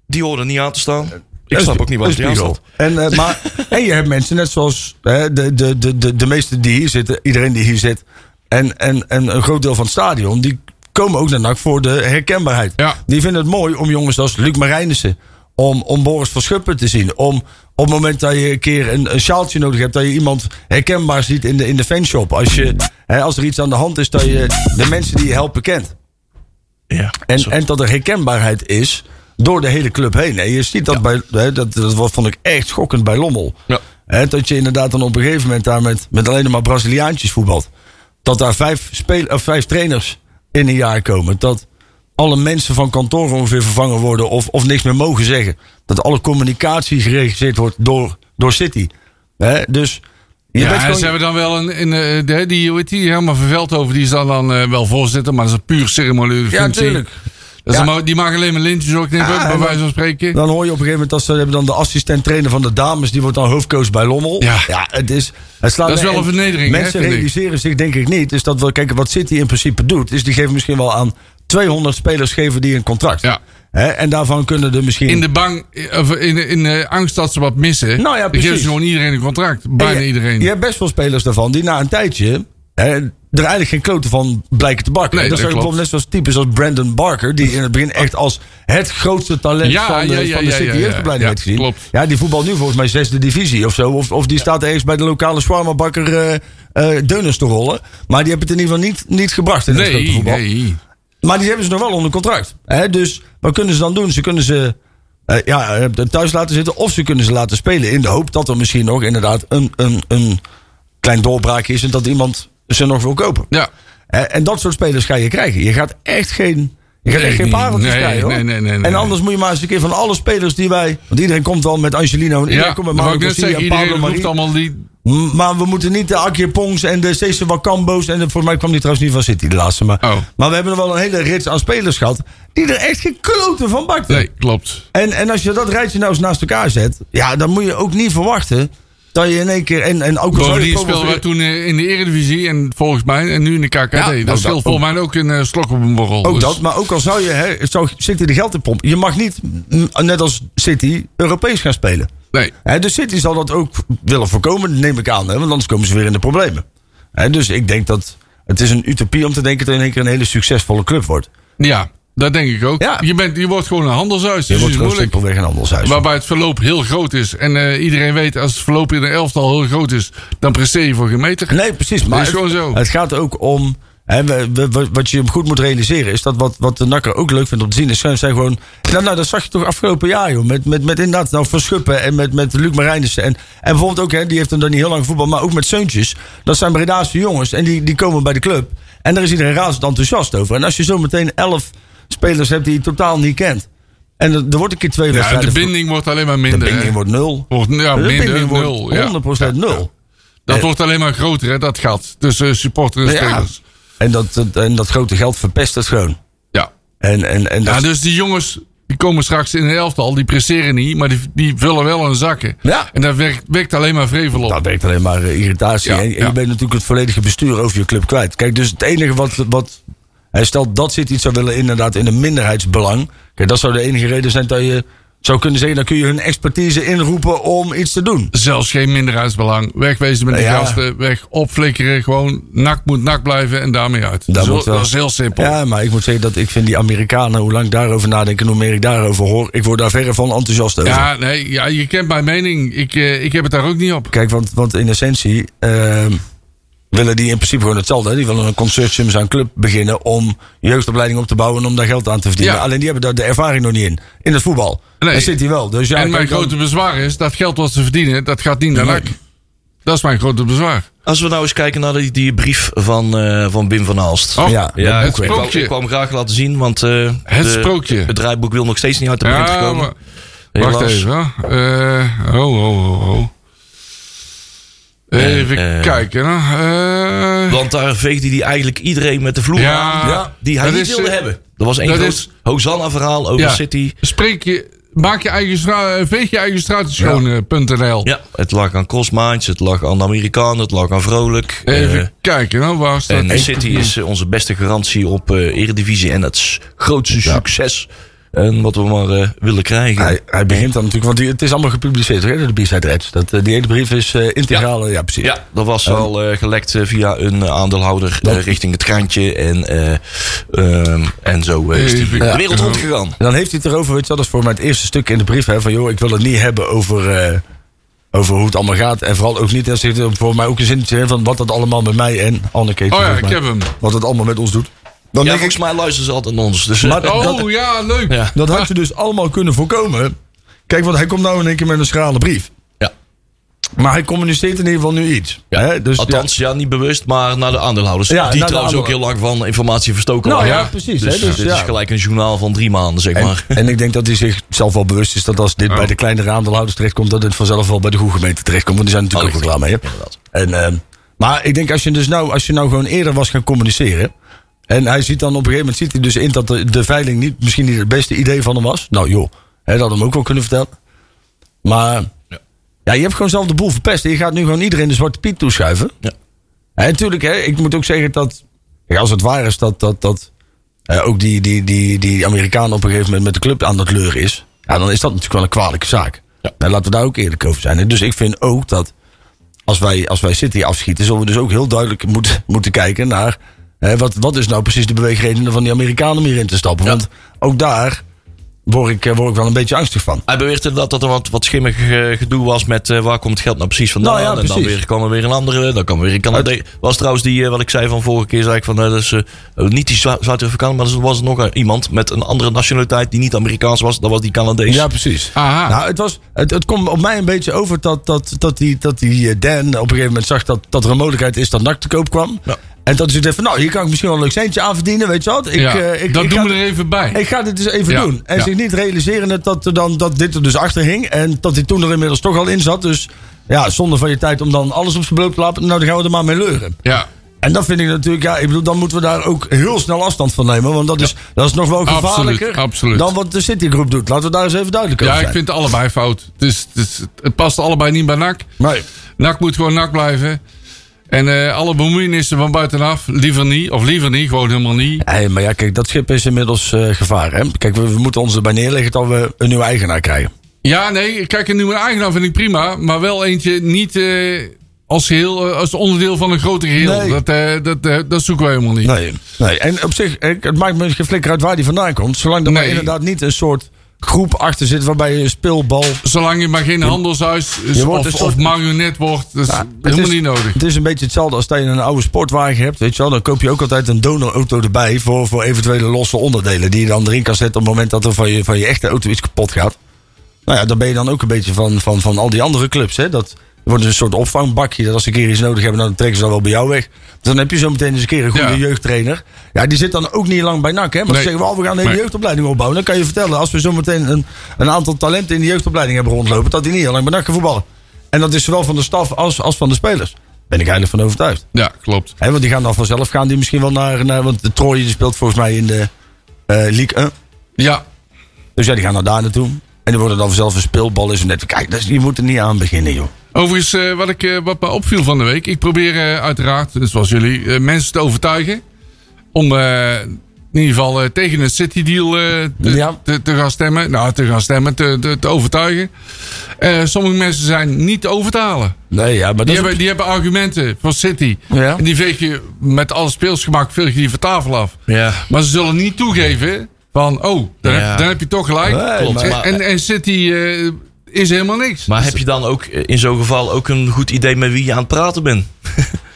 Speaker 4: Die hoorden niet aan te staan. Ik
Speaker 2: Een
Speaker 4: snap
Speaker 2: spie-
Speaker 4: ook niet waar
Speaker 2: een
Speaker 4: ze die aan
Speaker 2: spiegel.
Speaker 4: staat.
Speaker 2: En, eh, maar, en je hebt mensen, net zoals hè, de, de, de, de, de meesten die hier zitten, iedereen die hier zit, en, en, en een groot deel van het stadion, die komen ook naar NAC voor de herkenbaarheid.
Speaker 3: Ja.
Speaker 2: Die vinden het mooi om jongens als Luc Marijnissen, om, om Boris Verschuppen te zien, om op het moment dat je een keer een, een sjaaltje nodig hebt, dat je iemand herkenbaar ziet in de, in de fanshop. Als, je, hè, als er iets aan de hand is, dat je de mensen die je helpen kent.
Speaker 4: Ja.
Speaker 2: En,
Speaker 4: Zo.
Speaker 2: en dat er herkenbaarheid is door de hele club heen. En je ziet dat bij. Hè, dat, dat was- vond ik echt schokkend bij Lommel.
Speaker 4: Ja.
Speaker 2: Hè, dat je inderdaad dan op een gegeven moment daar met, met alleen maar Braziliaantjes voetbalt. Dat daar vijf, spel, of vijf trainers in een jaar komen. Dat alle mensen van kantoor ongeveer vervangen worden of, of niks meer mogen zeggen. Dat alle communicatie geregisseerd wordt door, door City. Hè, dus je
Speaker 3: ja,
Speaker 2: bent
Speaker 3: en
Speaker 2: gewoon-
Speaker 3: ze hebben dan wel een, een, eh, de- die, hoe heet die, helemaal verveld over. Die is dan, dan eh, wel voorzitter, maar dat is een puur ceremoniële functie.
Speaker 2: Ja, tuurlijk.
Speaker 3: Dat is
Speaker 2: Ja.
Speaker 3: een ma- die mag alleen maar lintjes ook knippen,
Speaker 2: Ja,
Speaker 3: bij
Speaker 2: en
Speaker 3: wijze
Speaker 2: dan-
Speaker 3: van spreken.
Speaker 2: Dan hoor je op een gegeven moment dat ze hebben dan de assistent trainer van de dames, die wordt dan hoofdcoach bij Lommel.
Speaker 3: Ja.
Speaker 2: het is, het slaat
Speaker 3: Dat is wel
Speaker 2: en
Speaker 3: een vernedering, hè,
Speaker 2: Mensen
Speaker 3: vind ik.
Speaker 2: realiseren zich denk ik niet. Is dat wel, kijk, wat City in principe doet, is die geven misschien wel aan 200 spelers geven die een contract.
Speaker 3: Ja.
Speaker 2: Hè, en daarvan kunnen er misschien.
Speaker 3: in de bang, eh, of in, in de angst dat ze wat missen.
Speaker 2: Nou ja,
Speaker 3: dan
Speaker 2: precies.
Speaker 3: geven ze gewoon iedereen een contract. Bijna
Speaker 2: En je-
Speaker 3: iedereen.
Speaker 2: Je hebt best wel spelers daarvan die na een tijdje. Hè, er eigenlijk geen kloten van blijken te bakken.
Speaker 3: Nee, dat
Speaker 2: dat zijn
Speaker 3: klopt. Ah.
Speaker 2: bijvoorbeeld net zoals types als Brandon Barker... die in het begin echt als het grootste talent
Speaker 3: Ja,
Speaker 2: van de,
Speaker 3: ja, ja,
Speaker 2: van de
Speaker 3: ja,
Speaker 2: City
Speaker 3: ja, ja.
Speaker 2: jeugdopleiding
Speaker 3: Ja,
Speaker 2: werd gezien.
Speaker 3: klopt.
Speaker 2: Ja, die voetbal nu volgens mij zesde divisie of zo. Of, of die staat ergens bij de lokale shawarmabakker eh eh, deuners te rollen. Maar die hebben het in ieder geval niet, niet gebracht in het grote
Speaker 3: nee,
Speaker 2: voetbal.
Speaker 3: nee.
Speaker 2: Maar die hebben ze nog wel onder contract. Hè? Dus wat kunnen ze dan doen? Ze kunnen ze eh, ja, eh, thuis laten zitten. Of ze kunnen ze laten spelen. In de hoop dat er misschien nog inderdaad een, een, een klein doorbraakje is. En dat iemand ze nog wil kopen.
Speaker 3: Ja.
Speaker 2: Hè, En dat soort spelers ga je krijgen. Je gaat echt geen. Je gaat
Speaker 3: Nee,
Speaker 2: echt geen
Speaker 3: nee,
Speaker 2: pareltjes
Speaker 3: nee,
Speaker 2: krijgen hoor.
Speaker 3: nee, nee, nee, nee,
Speaker 2: en anders moet je maar eens een keer van alle spelers die wij. Want iedereen komt wel met Angelino. En iedereen
Speaker 3: Ja,
Speaker 2: komt met
Speaker 3: dat wou ik
Speaker 2: Mario
Speaker 3: net
Speaker 2: Garcia
Speaker 3: zeggen.
Speaker 2: en
Speaker 3: Iedereen
Speaker 2: Pablo
Speaker 3: roept
Speaker 2: Marie.
Speaker 3: allemaal die...
Speaker 2: M- Maar we moeten niet de Akje Pongs en de Cesar Wakambo's. En de- volgens mij kwam die trouwens niet van City, de laatste. Maar,
Speaker 3: Oh.
Speaker 2: maar we hebben er wel een hele rits aan spelers gehad. die er echt geen kloten van bakten.
Speaker 3: Nee, klopt.
Speaker 2: En, en als je dat rijtje nou eens naast elkaar zet. ja, dan moet je ook niet verwachten. dat je in één keer. En, en ook al zou je
Speaker 3: Bovendien
Speaker 2: Kobo-
Speaker 3: speelden we toen eh, in de Eredivisie en volgens mij, en nu in de KKD.
Speaker 2: nou,
Speaker 3: dat
Speaker 2: dat
Speaker 3: scheelt
Speaker 2: ook.
Speaker 3: volgens mij ook een eh, slok op een borrel.
Speaker 2: Ook
Speaker 3: Dus-
Speaker 2: dat, maar ook al zou je, hè, het zou City de geld in pompen. Je mag niet, m, net als City, Europees gaan spelen.
Speaker 3: Nee.
Speaker 2: Hè, dus City zal dat ook willen voorkomen, neem ik aan. Hè, want anders komen ze weer in de problemen. Hè, dus ik denk dat het is een utopie om te denken dat in één keer een hele succesvolle club wordt.
Speaker 3: Ja, dat denk ik ook.
Speaker 2: Ja.
Speaker 3: Je, bent, je wordt gewoon een handelshuis.
Speaker 2: Je
Speaker 3: dus
Speaker 2: wordt
Speaker 3: het is
Speaker 2: gewoon
Speaker 3: moeilijk.
Speaker 2: simpelweg een handelshuis.
Speaker 3: Waarbij het verloop heel groot is. En eh, iedereen weet, als het verloop in de elftal heel groot is, dan presteer je voor geen meter.
Speaker 2: Nee, precies. Maar
Speaker 3: Is
Speaker 2: het,
Speaker 3: gewoon zo.
Speaker 2: het gaat ook om Hè, we- we- wat- wat je hem goed moet realiseren is dat wat, wat de nakker ook leuk vindt om te zien. Is zijn zijn gewoon. Nou, nou, dat zag je toch afgelopen jaar, joh. Met, met, met inderdaad, nou, Van Schuppen en met, met Luc Marijnissen. En, en bijvoorbeeld ook, hè, die heeft hem dan niet heel lang voetbal, maar ook met Seuntjes. Dat zijn Bredaanse jongens en die, die komen bij de club. En daar is iedereen razend enthousiast over. En als je zo meteen elf spelers hebt die je totaal niet kent. En er, er wordt een keer twee
Speaker 3: Ja,
Speaker 2: wedstrijden.
Speaker 3: de
Speaker 2: voor-
Speaker 3: binding wordt alleen maar
Speaker 2: de
Speaker 3: minder.
Speaker 2: binding
Speaker 3: hè.
Speaker 2: wordt nul.
Speaker 3: Wordt- ja,
Speaker 2: de
Speaker 3: minder,
Speaker 2: binding wordt
Speaker 3: nul. ja.
Speaker 2: 100% nul.
Speaker 3: Dat
Speaker 2: Eh.
Speaker 3: wordt alleen maar groter, hè, dat gat. Tussen supporters en
Speaker 2: Ja.
Speaker 3: spelers.
Speaker 2: En, dat, dat- en dat grote geld verpest het gewoon.
Speaker 3: Ja.
Speaker 2: En, en, en dat,
Speaker 3: ja, dus die jongens die komen straks in de elftal. Die presteren niet, maar die, die vullen wel hun zakken.
Speaker 2: Ja.
Speaker 3: En dat werkt, wekt alleen maar vrevel op.
Speaker 2: dat werkt alleen maar eh, irritatie.
Speaker 3: Ja,
Speaker 2: en, en
Speaker 3: ja.
Speaker 2: je bent natuurlijk het volledige bestuur over je club kwijt. Kijk, dus het enige wat... wat hij stelt dat zit iets zou willen inderdaad in een minderheidsbelang. Kijk, dat zou de enige reden zijn dat je zou kunnen zeggen... dan kun je hun expertise inroepen om iets te doen.
Speaker 3: Zelfs geen minderheidsbelang. Wegwezen met de
Speaker 2: Ja.
Speaker 3: gasten. Weg opflikkeren. Gewoon nak moet nak blijven en daarmee uit.
Speaker 2: Dat
Speaker 3: Zo-
Speaker 2: moet wel.
Speaker 3: dat is heel simpel.
Speaker 2: Ja, maar ik moet zeggen dat ik vind die Amerikanen... hoe lang ik daarover nadenk en hoe meer ik daarover hoor... ik word daar verre van enthousiast over.
Speaker 3: Ja, nee, ja, je kent mijn mening. Ik, eh, ik heb het daar ook niet op.
Speaker 2: Kijk, want, want in essentie ehm, willen die in principe gewoon hetzelfde. hè. Die willen een consortium, zo'n club beginnen om jeugdopleiding op te bouwen en om daar geld aan te verdienen.
Speaker 3: Ja.
Speaker 2: Alleen die hebben daar de ervaring nog niet in. In het voetbal.
Speaker 3: Nee.
Speaker 2: Daar zit hij wel. Dus ja,
Speaker 3: en
Speaker 2: kijk,
Speaker 3: mijn
Speaker 2: dan-
Speaker 3: grote bezwaar is dat geld wat ze verdienen, dat gaat niet naar NAC. Dat is mijn grote bezwaar.
Speaker 4: Als we nou eens kijken naar die, die brief van, eh, van Wim van Aalst.
Speaker 3: Oh,
Speaker 2: Ja,
Speaker 4: Ja,
Speaker 3: het
Speaker 4: ik wou-
Speaker 3: sprookje.
Speaker 4: Ik kwam graag laten zien, want eh,
Speaker 3: Het sprookje.
Speaker 4: het draaiboek wil nog steeds niet uit de print
Speaker 3: ja,
Speaker 4: komen.
Speaker 3: maar,
Speaker 4: Helaas.
Speaker 3: wacht even. hoor. Eh oh, oh, oh, oh.
Speaker 4: Eh,
Speaker 3: Even
Speaker 4: eh.
Speaker 3: kijken. hoor. Eh,
Speaker 4: Want daar veegde hij eigenlijk iedereen met de vloer
Speaker 3: Ja.
Speaker 4: aan
Speaker 3: Ja.
Speaker 4: die hij
Speaker 3: Dat
Speaker 4: niet
Speaker 3: is,
Speaker 4: wilde
Speaker 3: eh,
Speaker 4: hebben. Dat was één
Speaker 3: dat
Speaker 4: groot
Speaker 3: is-
Speaker 4: Hosanna-verhaal over
Speaker 3: Ja.
Speaker 4: City.
Speaker 3: spreek je, maak je eigen stra- eh, veeg je eigen straat eh, schoon.nl.
Speaker 4: Ja, het lag aan Crossminds, het lag aan de Amerikanen, het lag aan Vrolijk.
Speaker 3: Even
Speaker 4: eh,
Speaker 3: kijken. hoor. waar staat
Speaker 4: en City is eh, onze beste garantie op eh Eredivisie en het s- grootste succes. En wat we maar eh, willen krijgen.
Speaker 2: Hij, hij begint dan natuurlijk, want die, het is allemaal gepubliceerd hè, door de B-side Reds. Dat, eh, die hele brief is eh, integraal. Ja, precies.
Speaker 4: Ja, dat was al eh, gelekt eh, via een eh, aandeelhouder eh, richting het krantje. En, eh, ehm, en zo eh, is die
Speaker 3: Even
Speaker 4: de wereld
Speaker 3: kijken.
Speaker 4: rondgegaan.
Speaker 2: En dan heeft hij het erover, weet je, wel, dat is voor mij het eerste stuk in de brief. Hè, van joh, ik wil het niet hebben over, eh, over hoe het allemaal gaat. En vooral ook niet, dat zit er voor mij ook een zinnetje in van wat dat allemaal met mij en Anneke.
Speaker 3: Oh ja,
Speaker 2: volgens
Speaker 3: ik
Speaker 2: mij,
Speaker 3: heb hem.
Speaker 2: Wat het allemaal met ons doet. Dan
Speaker 4: Ja,
Speaker 2: denk ik,
Speaker 4: volgens mij luisteren ze altijd naar ons. Dus, eh,
Speaker 2: Maar-
Speaker 3: Oh
Speaker 2: dat-
Speaker 3: ja, leuk.
Speaker 4: Ja.
Speaker 2: dat had je dus allemaal kunnen voorkomen. Kijk, want hij komt nou in één keer met een schrale brief.
Speaker 4: Ja.
Speaker 2: Maar hij communiceert in ieder geval nu iets.
Speaker 4: Ja,
Speaker 2: Hè? Dus,
Speaker 4: althans, ja. niet bewust, maar naar de aandeelhouders.
Speaker 2: Ja,
Speaker 4: die
Speaker 2: naar de
Speaker 4: trouwens ook heel lang van informatie verstoken
Speaker 2: Nou
Speaker 4: waren.
Speaker 2: ja, precies,
Speaker 4: Dus,
Speaker 2: hè, dus
Speaker 4: dit
Speaker 2: ja.
Speaker 4: is gelijk een journaal van drie maanden, zeg
Speaker 2: ja.
Speaker 4: maar.
Speaker 2: en, en ik denk dat hij zichzelf wel bewust is dat als
Speaker 3: Oh.
Speaker 2: dit bij de kleinere aandeelhouders terechtkomt, dat het vanzelf wel bij de goede gemeente terechtkomt. Want die zijn natuurlijk
Speaker 4: Oh,
Speaker 2: ook wel klaar mee. hè.
Speaker 4: Inderdaad.
Speaker 2: En, ehm, maar ik denk als je dus nou, als je nou gewoon eerder was gaan communiceren. En hij ziet dan op een gegeven moment ziet hij dus in dat de, de veiling niet, misschien niet het beste idee van hem was. Nou joh, hè, dat had hem ook wel kunnen vertellen. Maar ja. je hebt gewoon zelf de boel verpest. En je gaat nu gewoon iedereen de zwarte piet toeschuiven.
Speaker 4: Ja.
Speaker 2: En natuurlijk, hè, ik moet ook zeggen dat ja, als het waar is dat, dat, dat eh, ook die, die, die, die Amerikaan op een gegeven moment met de club aan het leuren is. Ja, dan is dat natuurlijk wel een kwalijke zaak. En laten we daar ook eerlijk over zijn. En dus ik vind ook dat als wij, als wij City afschieten, zullen we dus ook heel duidelijk moeten moeten kijken naar hè, wat, wat is nou precies de beweegreden van die Amerikanen om hierin te stappen. Want ook daar word ik, eh, word ik wel een beetje angstig van.
Speaker 4: Hij beweert inderdaad dat er wat, wat schimmig eh, gedoe was met eh, waar komt het geld nou precies vandaan.
Speaker 2: Nou ja,
Speaker 4: En dan
Speaker 2: precies.
Speaker 4: weer, kwam er weer een andere, eh, dan kwam er weer een Canadees. was trouwens die, eh, wat ik zei van vorige keer, zei ik van, eh, dat is eh, niet die Zwa- Zuid-Afrikaan, maar er was nog eh, iemand met een andere nationaliteit die niet Amerikaans was. Dat was die Canadees.
Speaker 2: Ja, precies.
Speaker 3: Aha.
Speaker 2: Nou, het, was, het, het komt op mij een beetje over dat, dat, dat, die, dat die eh, Dan op een gegeven moment zag dat, dat er een mogelijkheid is dat NAC te koop kwam.
Speaker 4: Ja.
Speaker 2: En dat hij dacht van, nou, hier kan ik misschien wel een leuk centje aan verdienen, weet je wat? Ik,
Speaker 3: Ja,
Speaker 2: eh, ik,
Speaker 3: dat
Speaker 2: ik
Speaker 3: doen
Speaker 2: ga-
Speaker 3: we er even bij.
Speaker 2: Ik ga dit eens even
Speaker 3: Ja,
Speaker 2: doen. En
Speaker 3: ja.
Speaker 2: zich niet realiseren dat, er dan, dat dit er dus achter hing. En dat hij toen er inmiddels toch al in zat. Dus ja, zonde van je tijd om dan alles op zijn bloot te laten. Nou, dan gaan we er maar mee leuren.
Speaker 3: ja,
Speaker 2: En dat vind ik natuurlijk, ja, ik bedoel, dan moeten we daar ook heel snel afstand van nemen. Want dat is, dat is nog wel
Speaker 3: Absoluut,
Speaker 2: gevaarlijker
Speaker 3: absoluut.
Speaker 2: dan wat de Citigroep doet. Laten we daar eens even duidelijk over
Speaker 3: ja ik
Speaker 2: zijn.
Speaker 3: vind het allebei fout. Het, is, het, is- het past allebei niet bij NAC.
Speaker 2: Nee.
Speaker 3: NAC moet gewoon NAC blijven. En eh, alle bemoeienissen van buitenaf, liever niet. Of liever niet, gewoon helemaal niet.
Speaker 2: Hey, maar ja, kijk, dat schip is inmiddels eh, gevaar. Hè? Kijk, we, we moeten ons erbij neerleggen dat we een nieuwe eigenaar krijgen.
Speaker 3: Ja, nee, kijk, een nieuwe eigenaar vind ik prima. Maar wel eentje niet eh, als, geheel, eh, als onderdeel van een groter geheel.
Speaker 2: Nee.
Speaker 3: Dat, eh, dat, eh, dat zoeken we helemaal niet.
Speaker 2: Nee. nee. En op zich, eh, het maakt me geen flikker uit waar die vandaan komt. Zolang dat maar
Speaker 3: Nee.
Speaker 2: inderdaad niet een soort groep achter zit waarbij je een speelbal...
Speaker 3: Zolang je maar geen handelshuis
Speaker 2: wordt
Speaker 3: of,
Speaker 2: een
Speaker 3: of
Speaker 2: soort-
Speaker 3: marionet wordt, dat is
Speaker 2: Ja, het
Speaker 3: helemaal
Speaker 2: is-
Speaker 3: niet nodig.
Speaker 2: Het is een beetje hetzelfde als dat je een oude sportwagen hebt. Weet je wel, dan koop je ook altijd een donorauto erbij voor, voor eventuele losse onderdelen. Die je dan erin kan zetten op het moment dat er van je, van je echte auto iets kapot gaat. Nou ja, dan ben je dan ook een beetje van, van, van al die andere clubs. Hè? Dat wordt dus een soort opvangbakje. Dat als ze een keer iets nodig hebben, dan trekken ze dan wel bij jou weg. Dus dan heb je zo meteen eens een keer een goede
Speaker 3: Ja.
Speaker 2: jeugdtrainer. Ja, die zit dan ook niet lang bij NAC. Hè? Maar
Speaker 3: Nee.
Speaker 2: dan zeggen we, al, we gaan een hele
Speaker 3: Nee.
Speaker 2: jeugdopleiding opbouwen. Dan kan je vertellen, als we zo meteen een, een aantal talenten in de jeugdopleiding hebben rondlopen, dat die niet heel lang bij NAC gaan voetballen. En dat is zowel van de staf als, als van de spelers. Ben ik eigenlijk van overtuigd.
Speaker 3: Ja, klopt.
Speaker 2: Hè, want die gaan dan vanzelf gaan die misschien wel naar, naar want de Troy die speelt volgens mij in de eh, League 1.
Speaker 3: Ja,
Speaker 2: Dus ja, die gaan dan daar naartoe. En die worden dan vanzelf een speelbal. Is en net, kijk, dat is- je moet er niet aan beginnen, joh.
Speaker 3: Overigens, eh, wat, ik, eh, wat me opviel van de week. Ik probeer eh, uiteraard, eh, zoals jullie, eh, mensen te overtuigen. Om eh, in ieder geval eh, tegen een City deal eh, te,
Speaker 2: Ja.
Speaker 3: te, te gaan stemmen. Nou, te gaan stemmen, te, te, te overtuigen. Eh, sommige mensen zijn niet te overtalen.
Speaker 2: Nee, ja, maar
Speaker 3: Die
Speaker 2: dat is-
Speaker 3: hebben, die hebben argumenten van City.
Speaker 2: Ja.
Speaker 3: En die veeg je met alle speelsgemak veeg je die van tafel af.
Speaker 4: Ja.
Speaker 3: Maar ze zullen niet toegeven van, oh, dan,
Speaker 4: Ja.
Speaker 3: heb, dan heb je toch gelijk.
Speaker 2: Nee,
Speaker 4: Klopt,
Speaker 2: maar-
Speaker 4: maar-
Speaker 3: en, en City eh, is helemaal niks.
Speaker 4: Maar heb je dan ook eh, in zo'n geval ook een goed idee met wie je aan het praten bent?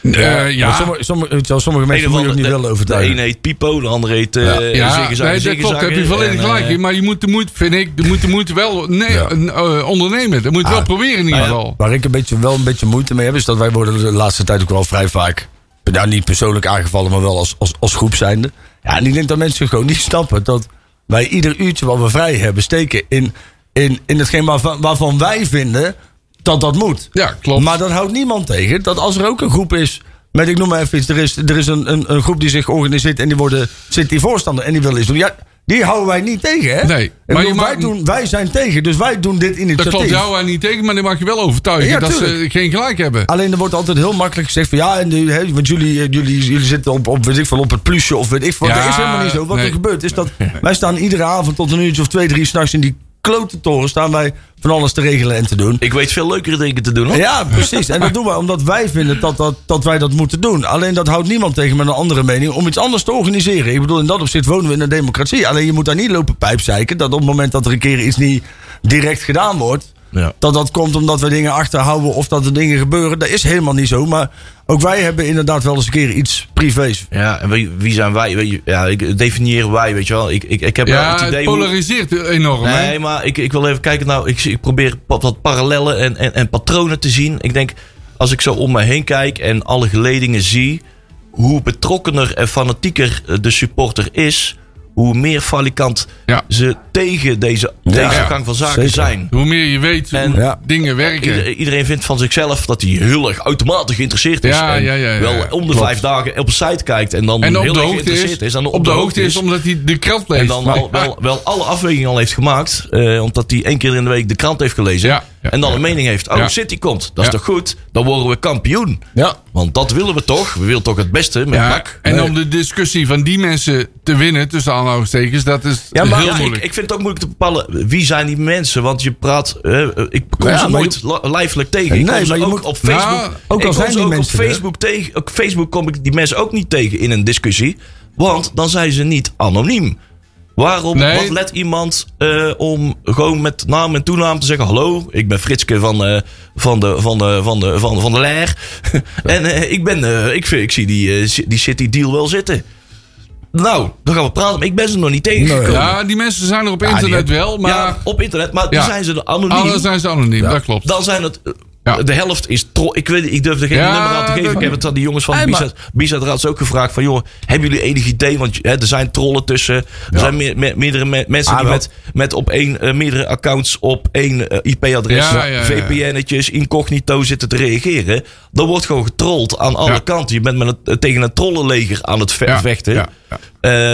Speaker 3: Eh,
Speaker 2: maar sommige, sommige, weet je wel, sommige mensen
Speaker 4: Een
Speaker 2: moet je
Speaker 4: of
Speaker 2: ook niet
Speaker 4: andere- de-
Speaker 2: willen overtuigen.
Speaker 4: De een heet Pipo, de ander heet eh
Speaker 2: Ja.
Speaker 3: Ja,
Speaker 4: Ziggy Zag,
Speaker 3: nee, dat
Speaker 4: Ziggy
Speaker 3: klopt. Daar heb je
Speaker 4: Zag.
Speaker 3: volledig
Speaker 4: En,
Speaker 3: gelijk
Speaker 4: eh,
Speaker 3: in. Maar je moet de moeite, vind ik, je moet de moeite wel nee,
Speaker 2: Ja.
Speaker 3: een, eh, ondernemen. Dat moet
Speaker 4: Ah.
Speaker 3: je wel proberen in ieder geval.
Speaker 2: Waar ik een beetje, wel een beetje moeite mee heb, is dat wij worden de laatste tijd ook wel vrij vaak... Nou, niet persoonlijk aangevallen, maar wel als, als, als groep zijnde. Ja, en ik denk dat mensen gewoon niet snappen dat wij ieder uurtje wat we vrij hebben... steken in, in, in hetgeen waarvan, waarvan wij vinden dat dat moet.
Speaker 3: Ja, klopt.
Speaker 2: Maar dat houdt niemand tegen. Dat als er ook een groep is. Met ik noem maar even iets. Er is, er is een, een, een groep die zich organiseert. En die worden, zit die voorstander. En die willen iets doen. Ja, die houden wij niet tegen. Hè?
Speaker 3: Nee,
Speaker 2: Ik
Speaker 3: maar
Speaker 2: bedoel,
Speaker 3: je
Speaker 2: wij,
Speaker 3: maakt-
Speaker 2: doen, wij zijn tegen. Dus wij doen dit initiatief.
Speaker 3: dat klopt jou aan niet tegen, maar dan mag je wel overtuigen
Speaker 2: Ja,
Speaker 3: dat ze
Speaker 2: tuurlijk.
Speaker 3: geen gelijk hebben.
Speaker 4: Ah,
Speaker 2: Alleen er wordt altijd heel makkelijk gezegd van ja, en de, hè, want jullie, eh, jullie, jullie zitten op, op, weet ik veel, op het plusje of weet ik veel.
Speaker 3: Ja,
Speaker 2: dat is helemaal niet zo. Wat
Speaker 3: nee.
Speaker 2: er gebeurt is dat wij staan iedere avond tot een uurtje of twee, drie s'nachts in die klote toren staan wij van alles te regelen en te doen.
Speaker 4: Ik weet veel leukere dingen te doen hoor.
Speaker 2: Ja, precies. En dat doen wij omdat wij vinden dat, dat, dat wij dat moeten doen. Alleen dat houdt niemand tegen met een andere mening om iets anders te organiseren. Ik bedoel, in dat opzicht wonen we in een democratie. Alleen je moet daar niet lopen pijpzeiken dat op het moment dat er een keer iets niet direct gedaan wordt...
Speaker 4: Ja.
Speaker 2: Dat dat komt omdat we dingen achterhouden of dat er dingen gebeuren. Dat is helemaal niet zo. Maar ook wij hebben inderdaad wel eens een keer iets privés.
Speaker 4: Ja, en wie, wie zijn wij? Weet je, ja, ik definiëren wij, weet je wel. Ik, ik, ik heb wel
Speaker 3: ja,
Speaker 4: het
Speaker 3: het
Speaker 4: idee hoe-
Speaker 3: polariseert enorm. hè?
Speaker 4: Nee, maar ik, ik wil even kijken. Nou, ik, zie- ik probeer pa- wat parallellen en, en, en patronen te zien. Ik denk, als ik zo om me heen kijk en alle geledingen zie... hoe betrokkener en fanatieker eh, de supporter is... hoe meer falikant
Speaker 3: Ja.
Speaker 4: ze tegen deze, deze gang van zaken
Speaker 2: zeker.
Speaker 4: zijn.
Speaker 3: Hoe meer je weet
Speaker 4: En-
Speaker 3: hoe
Speaker 2: Ja.
Speaker 3: dingen werken.
Speaker 4: Ieder- iedereen vindt van zichzelf dat hij heel erg automatisch geïnteresseerd is.
Speaker 3: Ja,
Speaker 4: en
Speaker 3: ja, ja, ja,
Speaker 4: wel
Speaker 3: ja,
Speaker 4: om de
Speaker 3: klopt.
Speaker 4: vijf dagen op de site kijkt en dan
Speaker 3: En
Speaker 4: heel
Speaker 3: op de
Speaker 4: erg
Speaker 3: hoogte is,
Speaker 4: geïnteresseerd is. en
Speaker 3: op, de hoogte is omdat hij de krant leest.
Speaker 4: en dan al,
Speaker 3: Maar-
Speaker 4: wel, wel alle afwegingen al heeft gemaakt. eh, omdat hij één keer in de week de krant heeft gelezen.
Speaker 3: Ja, ja,
Speaker 4: en dan
Speaker 3: ja,
Speaker 4: een mening heeft. Oh,
Speaker 3: Ja.
Speaker 4: City komt. Dat is
Speaker 3: Ja.
Speaker 4: toch goed? Dan worden we kampioen.
Speaker 2: Ja.
Speaker 4: Want dat willen we toch? We willen toch het beste met
Speaker 3: Ja,
Speaker 4: NAC.
Speaker 3: en om de discussie van die mensen te winnen, tussen aanhalingstekens, dat is
Speaker 2: Ja, maar-
Speaker 3: heel
Speaker 4: Ja, ik,
Speaker 3: moeilijk.
Speaker 4: ik vind het ook moeilijk te bepalen wie zijn die mensen. Want je praat. eh, eh, ik kom
Speaker 2: Ja,
Speaker 4: ze
Speaker 2: maar
Speaker 4: nooit li- lijfelijk tegen. Ik
Speaker 2: Nee,
Speaker 4: kom ze
Speaker 2: maar je
Speaker 4: ook
Speaker 2: moet-
Speaker 4: op Facebook.
Speaker 3: Nou,
Speaker 2: ook al
Speaker 4: ik kom
Speaker 2: zijn
Speaker 4: ze
Speaker 2: die
Speaker 4: ook
Speaker 2: mensen
Speaker 4: op
Speaker 2: er.
Speaker 4: Facebook tegen. Op Facebook kom ik die mensen ook niet tegen in een discussie. Want dan zijn ze niet anoniem. Waarom
Speaker 3: Nee.
Speaker 4: wat let iemand eh, om gewoon met naam en toenaam te zeggen: Hallo, ik ben Fritske van, eh, van, de, van, de, van, de, van, van de Leer. en eh, ik, ben, eh, ik, vind- ik zie die, eh, ci- die City deal wel zitten. Nou, dan gaan we praten. Maar ik ben ze nog niet tegengekomen.
Speaker 3: ja, die mensen zijn er op internet wel, maar
Speaker 4: Ah, Ja, op internet, maar
Speaker 3: Ja.
Speaker 4: dan zijn ze er anoniem.
Speaker 3: anders Oh, zijn ze anoniem, dat klopt.
Speaker 4: Dan zijn het... eh,
Speaker 3: Ja.
Speaker 4: De helft is tro. Ik, weet, ik durf er geen
Speaker 3: Ja,
Speaker 4: nummer aan te geven.
Speaker 3: dat-
Speaker 4: Ik heb het aan die jongens van
Speaker 2: Hey, maar-
Speaker 4: Bizet Bizet Raads ook gevraagd. Van jongen, hebben jullie enig idee? Want hè, er zijn trollen tussen. Er zijn me- me- meerdere me- mensen
Speaker 2: Ah,
Speaker 4: die
Speaker 2: wel.
Speaker 4: met, met op één, eh, meerdere accounts op één eh, IP-adres,
Speaker 3: Ja, ja, ja.
Speaker 4: VPN'tjes, incognito zitten te reageren. Dan wordt gewoon getrold aan alle
Speaker 3: Ja.
Speaker 4: kanten. Je bent met een, tegen een trollenleger aan het ve-
Speaker 3: Ja,
Speaker 4: vechten.
Speaker 3: ja, ja.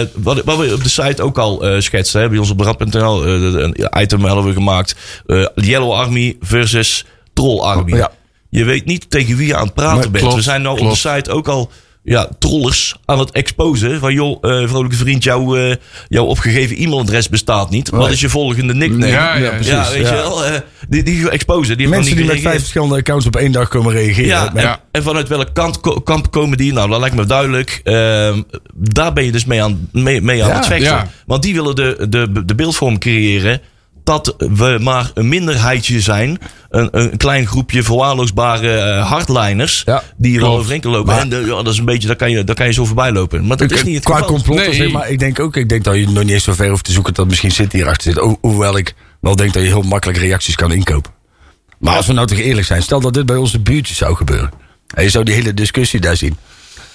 Speaker 4: Eh, wat, wat we op de site ook al eh, schetsten, hè, bij ons op rad.nl, eh, een item hebben we gemaakt. eh, Yellow Army versus Troll Army.
Speaker 2: Ja.
Speaker 4: Je weet niet tegen wie je aan het praten
Speaker 2: Nee,
Speaker 4: bent.
Speaker 3: klopt,
Speaker 4: we zijn nou op
Speaker 3: klopt.
Speaker 4: de site ook al ja, trollers aan het exposen. Van joh, eh, vrolijke vriend, jouw eh, jouw opgegeven e-mailadres bestaat niet. Wat is je volgende nickname?
Speaker 3: Ja, ja,
Speaker 4: Ja,
Speaker 3: precies,
Speaker 4: weet je
Speaker 2: ja.
Speaker 4: wel. eh, die, die exposen. Die
Speaker 2: Mensen die
Speaker 4: hebben
Speaker 2: met
Speaker 4: niet
Speaker 2: vijf verschillende accounts op één dag komen reageren.
Speaker 4: ja, en,
Speaker 2: Maar-
Speaker 3: Ja.
Speaker 4: en vanuit welk kant ko- kamp komen die? Nou, dat lijkt me duidelijk. Ehm, daar ben je dus mee aan, mee, mee aan
Speaker 2: Ja.
Speaker 4: het vechten.
Speaker 3: Ja.
Speaker 4: Want die willen de, de, de beeldvorm creëren dat we maar een minderheidje zijn. Een, een klein groepje verwaarloosbare eh, hardliners.
Speaker 2: Ja,
Speaker 4: die hier
Speaker 3: klopt.
Speaker 4: al overheen kunnen lopen. en de- ja, dat is een beetje, daar kan, je, daar kan je zo voorbij lopen. Maar dat is niet het
Speaker 2: Qua
Speaker 4: geval.
Speaker 2: complotten,
Speaker 3: Nee.
Speaker 2: zeg maar. Ik denk ook, ik denk dat je nog niet eens zo ver hoeft te zoeken dat misschien City hierachter zit. Ho- hoewel ik wel denk dat je heel makkelijk reacties kan inkopen. Maar als we nou toch eerlijk zijn, stel dat dit bij onze buurtjes zou gebeuren. En je zou die hele discussie daar zien.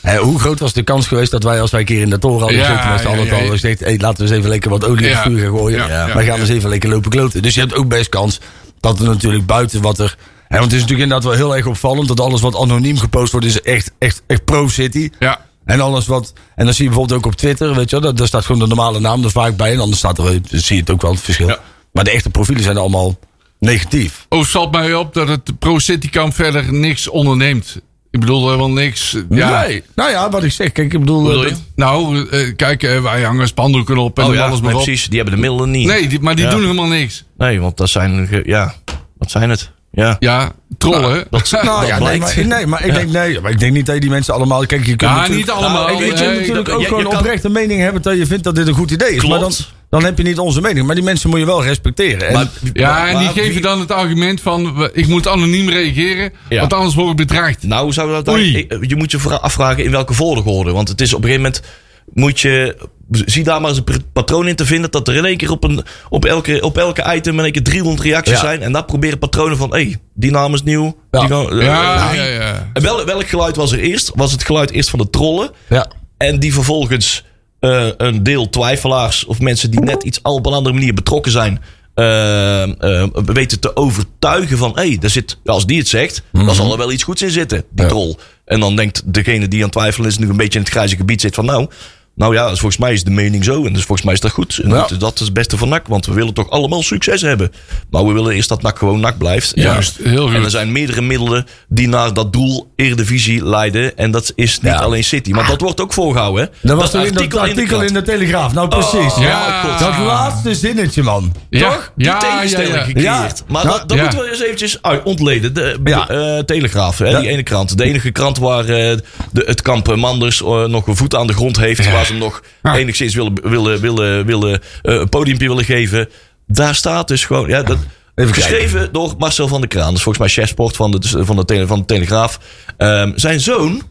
Speaker 2: Hè, hoe groot was de kans geweest dat wij, als wij een keer in de toren hadden
Speaker 3: Ja,
Speaker 2: gezeten, met z'n
Speaker 3: ja,
Speaker 2: allen
Speaker 3: ja,
Speaker 2: al
Speaker 3: ja.
Speaker 2: gezegd: hey, laten we eens even lekker wat olie op
Speaker 3: Ja,
Speaker 2: het vuur gaan gooien.
Speaker 3: ja, ja,
Speaker 2: maar gaan we eens even lekker lopen kloten. Dus je hebt ook best kans dat er natuurlijk buiten wat er. Hè, want het is natuurlijk inderdaad wel heel erg opvallend dat alles wat anoniem gepost wordt, is echt, echt, echt pro-city.
Speaker 3: Ja.
Speaker 2: En alles wat. En dan zie je bijvoorbeeld ook op Twitter, weet je wel, daar- daar staat gewoon de normale naam er vaak bij. En anders staat er, dan zie je het ook wel het verschil.
Speaker 3: Ja.
Speaker 2: Maar de echte profielen zijn allemaal negatief.
Speaker 3: Oh, valt mij op dat het pro-city kamp verder niks onderneemt. Ik bedoel helemaal niks. eh, Ja.
Speaker 2: Nee. Nou ja, wat ik zeg, kijk, ik bedoel.
Speaker 3: Hoe bedoel
Speaker 2: eh,
Speaker 3: je?
Speaker 2: dat-
Speaker 3: Nou, eh, kijk, eh, wij hangen spandoeken op en
Speaker 4: Oh
Speaker 3: doen
Speaker 4: ja,
Speaker 3: alles
Speaker 4: nee,
Speaker 3: maar op.
Speaker 4: precies. Die hebben de middelen niet.
Speaker 3: Nee, die- maar die
Speaker 4: Ja.
Speaker 3: doen helemaal niks.
Speaker 4: Nee, want dat zijn. ge- Ja, wat zijn het? Ja.
Speaker 3: Ja, trollen.
Speaker 4: dat-
Speaker 3: Ja,
Speaker 2: Nou
Speaker 4: dat
Speaker 2: ja, nee,
Speaker 4: blijkt.
Speaker 2: maar, nee, maar ik denk, nee, maar ik denk niet dat je die mensen allemaal. Kijk, je kunt
Speaker 3: Ja,
Speaker 2: natuurlijk-
Speaker 3: niet allemaal.
Speaker 4: Nou,
Speaker 2: Ik weet je
Speaker 3: Oh, Nee,
Speaker 2: natuurlijk
Speaker 4: dat-
Speaker 2: ook
Speaker 4: je- je
Speaker 2: gewoon
Speaker 4: kan-
Speaker 2: oprecht een mening hebben dat je vindt dat dit een goed idee is. Maar dan,
Speaker 4: Klopt.
Speaker 2: dan heb je niet onze mening. Maar die mensen moet je wel respecteren. En-
Speaker 3: Ja, en die
Speaker 4: Maar
Speaker 3: geven
Speaker 4: wie-
Speaker 3: dan het argument van, we- ik moet anoniem reageren,
Speaker 4: Ja.
Speaker 3: want anders word ik bedreigd.
Speaker 4: Nou, zou dat dan,
Speaker 3: Oei.
Speaker 4: je moet je vooral afvragen in welke volgorde. Want het is op een gegeven moment. Moet je. Zie daar maar eens een pr- patroon in te vinden. Dat er in één keer op, een, op, elke, op elke item. in één keer 300 reacties
Speaker 2: Ja.
Speaker 4: zijn. En daar proberen patronen van. hé, hey, die naam is nieuw.
Speaker 2: Ja.
Speaker 4: Die gaan- eh,
Speaker 3: Ja,
Speaker 4: die-
Speaker 3: ja, ja.
Speaker 4: En wel, welk geluid was er eerst? Was het geluid eerst van de trollen?
Speaker 2: ja.
Speaker 4: En die vervolgens eh, een deel twijfelaars of mensen die net iets al op een andere manier betrokken zijn. eh, eh, weten te overtuigen van hé, hey, daar zit, als die het zegt, dan zal er wel iets goeds in zitten, die
Speaker 2: Ja.
Speaker 4: troll. En dan denkt degene die aan het twijfelen is, nu een beetje in het grijze gebied zit van nou, nou ja, dus volgens mij is de mening zo en dus volgens mij is dat goed. En
Speaker 2: Ja.
Speaker 4: dat, dat is het beste van NAC, want we willen toch allemaal succes hebben. Maar we willen eerst dat NAC gewoon NAC blijft. Ja.
Speaker 3: Juist, heel goed.
Speaker 4: En er zijn meerdere middelen die naar dat doel Eredivisie leiden en dat is niet
Speaker 2: Ja.
Speaker 4: alleen City, want dat wordt ook voorgehouden. hè?
Speaker 2: Dat was toen in dat artikel in de Telegraaf. Nou, precies.
Speaker 3: ja, klopt.
Speaker 2: Dat laatste zinnetje, man.
Speaker 3: Ja,
Speaker 4: Toch? Die
Speaker 3: ja,
Speaker 4: tegenstelling
Speaker 3: ja, ja.
Speaker 4: gecreëerd.
Speaker 2: Ja.
Speaker 4: Maar
Speaker 2: Ja.
Speaker 4: dat, dat
Speaker 3: Ja.
Speaker 4: moeten we eens eventjes uit, ontleden. De
Speaker 2: Ja.
Speaker 4: eh, Telegraaf, hè, die ene krant. De enige krant waar eh, de, het kamp eh, Manders eh, nog een voet aan de grond heeft. Waar ze hem nog
Speaker 3: Ja.
Speaker 4: enigszins willen, willen, willen, willen, eh, een podiumpje willen geven. Daar staat dus gewoon... Ja, dat,
Speaker 2: Even
Speaker 4: geschreven door Marcel van der Kraan. Dus volgens mij chefsport van de, dus, eh, van de, tele, van de Telegraaf. Ehm, zijn zoon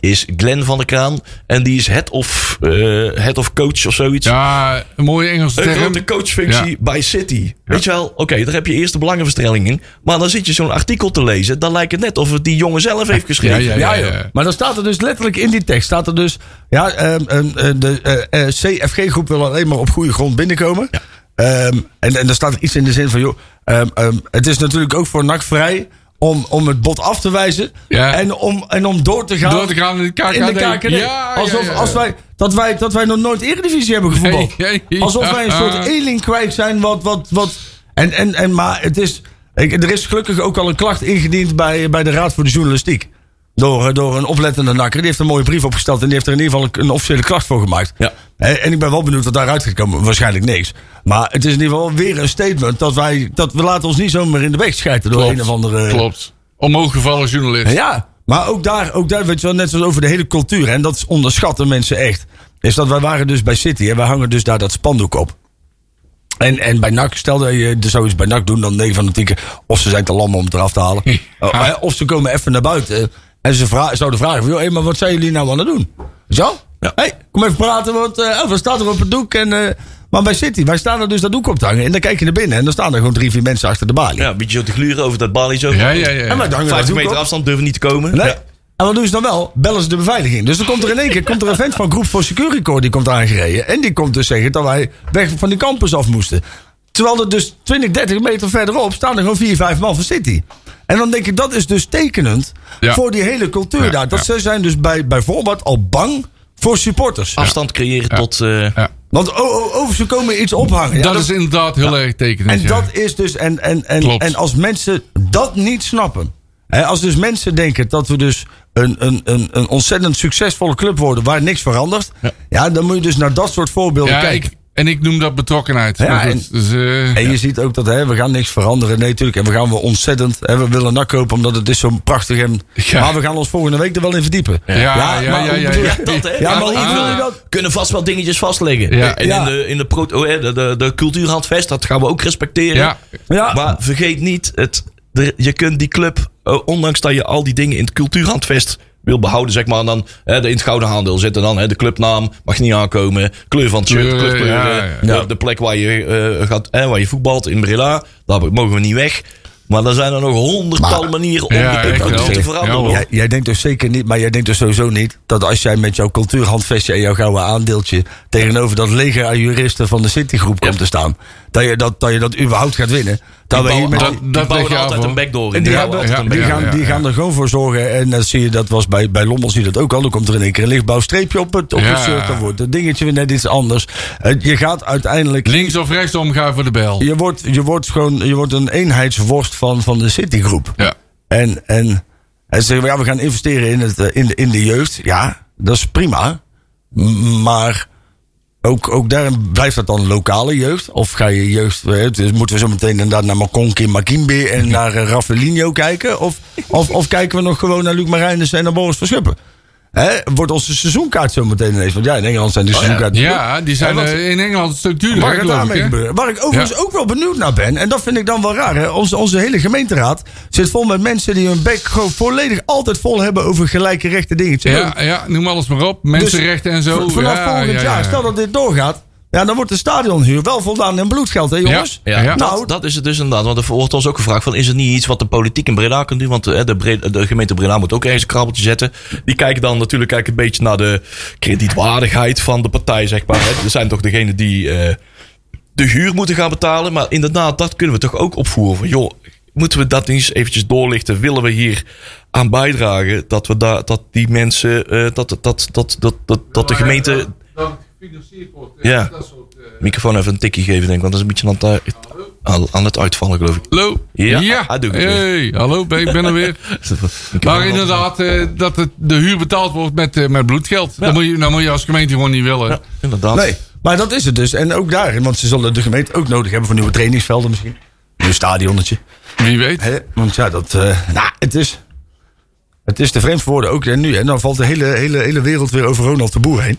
Speaker 4: is Glenn van der Kraan. En die is head of, eh, head of coach of zoiets.
Speaker 3: Ja, een mooie Engelse
Speaker 4: Een
Speaker 3: term.
Speaker 4: grote coachfunctie
Speaker 3: Ja.
Speaker 4: bij City. Weet je wel, oké, daar heb je eerst de belangenverstrengeling in. Maar dan zit je zo'n artikel te lezen. Dan lijkt het net of het die jongen zelf heeft geschreven.
Speaker 3: Ja,
Speaker 2: Ja,
Speaker 3: ja,
Speaker 2: joh.
Speaker 3: ja.
Speaker 2: Maar dan staat er dus letterlijk in die tekst: staat er dus. Ja, ehm, ehm, eh, de eh, eh, CFG-groep wil alleen maar op goede grond binnenkomen. Ehm, en, en dan staat er iets in de zin van: joh, ehm, ehm, het is natuurlijk ook voor NAC vrij. Om, om het bod af te wijzen
Speaker 3: Ja.
Speaker 2: en, om, en om door te gaan,
Speaker 3: Door te gaan in de KKD.
Speaker 2: in de KKD.
Speaker 3: Ja, ja,
Speaker 2: Alsof
Speaker 3: ja.
Speaker 2: Als wij, dat, wij, dat wij nog nooit Eredivisie hebben gevoetbald.
Speaker 3: Nee, nee,
Speaker 2: Alsof
Speaker 3: ja.
Speaker 2: wij een soort eling kwijt zijn. Wat, wat, wat. En, en, en, maar het is, ik, er is gelukkig ook al een klacht ingediend bij, bij de Raad voor de Journalistiek. Door, eh, door een oplettende nakker. Die heeft een mooie brief opgesteld. En die heeft er in ieder geval een, een officiële klacht voor gemaakt.
Speaker 4: Ja.
Speaker 2: En, en ik ben wel benieuwd wat daaruit gaat komen. Waarschijnlijk niks. Maar het is in ieder geval weer een statement. Dat, wij, dat we laten ons niet zomaar in de weg schijten. Door
Speaker 3: Klopt,
Speaker 2: een of andere...
Speaker 3: Klopt. Omhooggevallen journalist.
Speaker 2: Ja, maar ook daar, ook daar, weet je wel, net zoals over de hele cultuur. hè, En dat onderschatten mensen echt. Is dat wij waren dus bij City en wij hangen dus daar dat spandoek op. En, en bij NAC, stel dat je er zoiets bij NAC doen, dan 9 van de 10 keer, Of ze zijn te lam om het eraf te halen. Oh, hè, Of ze komen even naar buiten. eh, En ze vra zouden vragen: van, joh, hé, maar wat zijn jullie nou aan het doen? Zo?
Speaker 4: Ja.
Speaker 2: Hé, kom even praten, want eh, oh, wat staat er op het doek? En, eh, maar bij City, wij staan er dus dat doek op te hangen. En dan kijk je naar binnen en dan staan er gewoon drie, vier mensen achter de balie.
Speaker 4: Ja, een beetje zo te gluren over dat balie zo.
Speaker 3: Ja, ja, ja.
Speaker 2: En wij hangen dat
Speaker 4: 50
Speaker 2: doek
Speaker 4: meter
Speaker 2: op.
Speaker 4: afstand durven niet te komen.
Speaker 2: Nee.
Speaker 4: Ja.
Speaker 2: En wat doen ze dan wel? Bellen ze de beveiliging. Dus dan komt er in één keer komt er een vent van Groep voor Securicore die komt aangereden. En die komt dus zeggen dat wij weg van die campus af moesten. Terwijl er dus 20, 30 meter verderop staan er gewoon 4, 5 man van City. En dan denk ik, dat is dus tekenend
Speaker 3: Ja.
Speaker 2: voor die hele cultuur
Speaker 3: Ja,
Speaker 2: daar. Dat
Speaker 3: ja.
Speaker 2: ze zijn dus bij, bij voorbaat al bang voor supporters.
Speaker 4: Afstand creëren tot... eh,
Speaker 3: Ja.
Speaker 2: Want oh, oh, oh, ze komen iets ophangen. Ja,
Speaker 3: Dat is inderdaad heel erg tekenend.
Speaker 2: en
Speaker 3: ja.
Speaker 2: dat is dus. En, en, en,
Speaker 3: Klopt.
Speaker 2: en als mensen dat niet snappen. Hè, als dus mensen denken dat we dus een, een, een, een ontzettend succesvolle club worden waar niks verandert. Ja. dan moet je dus naar dat soort voorbeelden
Speaker 3: ja,
Speaker 2: kijken.
Speaker 3: ik, En ik noem dat betrokkenheid.
Speaker 2: Ja,
Speaker 3: Maar goed,
Speaker 2: en-
Speaker 3: dus, eh,
Speaker 2: En je ziet ook dat hè, we gaan niks veranderen. Nee, natuurlijk. En we gaan wel ontzettend. Hè, we willen nak kopen omdat het is zo prachtig. En,
Speaker 3: Ja.
Speaker 2: Maar we gaan ons volgende week er wel in verdiepen.
Speaker 3: ja, ja,
Speaker 2: maar
Speaker 3: ja,
Speaker 2: hoe
Speaker 3: ja,
Speaker 2: bedoel
Speaker 3: ja.
Speaker 2: je-
Speaker 4: Dat, hè?
Speaker 2: Ja, maar
Speaker 3: Ah.
Speaker 2: hoe wil je dat?
Speaker 4: Kunnen vast wel dingetjes vastleggen.
Speaker 3: Ja.
Speaker 4: En
Speaker 2: Ja.
Speaker 4: in de, in de, pro- oh, hè, de, de, de cultuurhandvest, dat gaan we ook respecteren.
Speaker 3: Ja.
Speaker 2: Ja,
Speaker 4: Maar vergeet niet, het, er- je kunt die club, eh, ondanks dat je al die dingen in het cultuurhandvest wil behouden, zeg maar, en dan hè, de, in het gouden aandeel zitten dan hè, de clubnaam, mag niet aankomen, kleur van het shirt,
Speaker 3: Kleur,
Speaker 4: clubkleuren,
Speaker 3: ja, ja.
Speaker 4: eh, De, plek waar je, eh, gaat, hè, waar je voetbalt in Brilla, daar mogen we niet weg. Maar er zijn er nog honderdtal manieren om
Speaker 3: Ja,
Speaker 4: de
Speaker 3: echt
Speaker 4: club
Speaker 3: wel.
Speaker 4: te veranderen.
Speaker 3: Ja, hoor.
Speaker 2: Jij, jij denkt dus zeker niet, maar jij denkt dus sowieso niet dat als jij met jouw cultuurhandvestje en jouw gouden aandeeltje tegenover dat leger aan juristen van de Citygroep komt te staan, dat je dat, dat, je dat überhaupt gaat winnen. Dat we hier met
Speaker 3: dat-
Speaker 2: die-
Speaker 4: die bouwen
Speaker 3: leg je
Speaker 4: er altijd
Speaker 3: af, hoor.
Speaker 4: een backdoor in.
Speaker 2: die
Speaker 4: Ja,
Speaker 2: gaan,
Speaker 4: altijd een
Speaker 2: die
Speaker 3: ja,
Speaker 4: backdoor.
Speaker 2: gaan,
Speaker 3: ja,
Speaker 2: die
Speaker 3: ja.
Speaker 2: gaan er gewoon voor zorgen. En dat zie je, dat was bij, bij Lommel zie je dat ook al. Dan komt er in één keer een lichtbouwstreepje op het, op
Speaker 3: Ja.
Speaker 2: het shirt. Dan wordt het dingetje weer net iets anders. Eh, Je gaat uiteindelijk
Speaker 3: Links of rechts omgaan voor de bel.
Speaker 2: je wordt, je wordt gewoon je wordt een eenheidsworst van, van de Citigroep.
Speaker 3: Ja.
Speaker 2: En, en, en ze zeggen, ja, we gaan investeren in, het, eh, in, de, in de jeugd. Ja, dat is prima. M- Maar ook, ook daarin blijft dat dan lokale jeugd? Of ga je jeugd... eh, Dus moeten we zo meteen inderdaad naar Makonki Makimbe en naar eh, Raffelinho kijken? Of, of, of kijken we nog gewoon naar Luc Marijnissen en naar Boris Verschuppen? Hè, wordt onze seizoenkaart zo meteen ineens... Want ja, in Engeland zijn de seizoenkaarten...
Speaker 3: Oh Ja, die zijn
Speaker 2: Ja, wat-
Speaker 3: eh, in Engeland een stuk duurder.
Speaker 2: Waar
Speaker 3: hè,
Speaker 2: het
Speaker 3: geloof ik,
Speaker 2: daarmee
Speaker 3: hè?
Speaker 2: gebeuren. Waar ik overigens
Speaker 3: Ja.
Speaker 2: ook wel benieuwd naar ben. En dat vind ik dan wel raar. Hè? Onze, onze hele gemeenteraad zit vol met mensen die hun bek gewoon volledig altijd vol hebben over gelijke rechten dingetjes.
Speaker 3: Ja, ja, noem alles maar op.
Speaker 2: Dus
Speaker 3: Mensenrechten en zo.
Speaker 2: v- Vanaf
Speaker 3: ja,
Speaker 2: volgend
Speaker 3: ja, ja.
Speaker 2: jaar, stel dat dit doorgaat. Ja, dan wordt de stadionhuur wel voldaan in bloedgeld, hè jongens?
Speaker 3: Ja,
Speaker 4: Ja,
Speaker 3: ja.
Speaker 4: Dat,
Speaker 2: Nou,
Speaker 4: dat is het dus inderdaad. Want er wordt ons ook gevraagd: van, is er niet iets wat de politiek in Breda kan doen? Want eh, de, Bre- de gemeente Breda moet ook ergens een krabbeltje zetten. Die kijken dan natuurlijk kijken een beetje naar de kredietwaardigheid van de partij, zeg maar. hè. Er zijn toch degenen die eh, de huur moeten gaan betalen. Maar inderdaad, dat kunnen we toch ook opvoeren. Van, joh, moeten we dat eens eventjes doorlichten? Willen we hier aan bijdragen dat, we daar dat die mensen, eh, dat, dat, dat, dat, dat, dat, de gemeente.
Speaker 3: Dat het gefinancierd wordt.
Speaker 4: eh, Ja. dat
Speaker 3: soort...
Speaker 4: Microfoon even een tikje geven, denk ik, want dat is een beetje aan het, aan- aan het uitvallen, geloof ik.
Speaker 3: Hallo.
Speaker 4: Ja,
Speaker 2: ah,
Speaker 4: hij doet het
Speaker 3: Hey, hallo, ben- ik ben er weer. Maar inderdaad, eh, dat het, de huur betaald wordt met, eh, met bloedgeld. Dat, moet je, dat moet je als gemeente gewoon niet willen.
Speaker 4: Ja, inderdaad.
Speaker 2: nee, maar dat is het dus. En ook daarin, want ze zullen de gemeente ook nodig hebben voor nieuwe trainingsvelden misschien. Nieuw stadionnetje.
Speaker 3: Wie weet.
Speaker 2: Hè, want ja, dat. eh, nou, het is. Het is te vreemd voor woorden ook hè, nu. En dan valt de hele, hele, hele wereld weer over Ronald de Boer heen.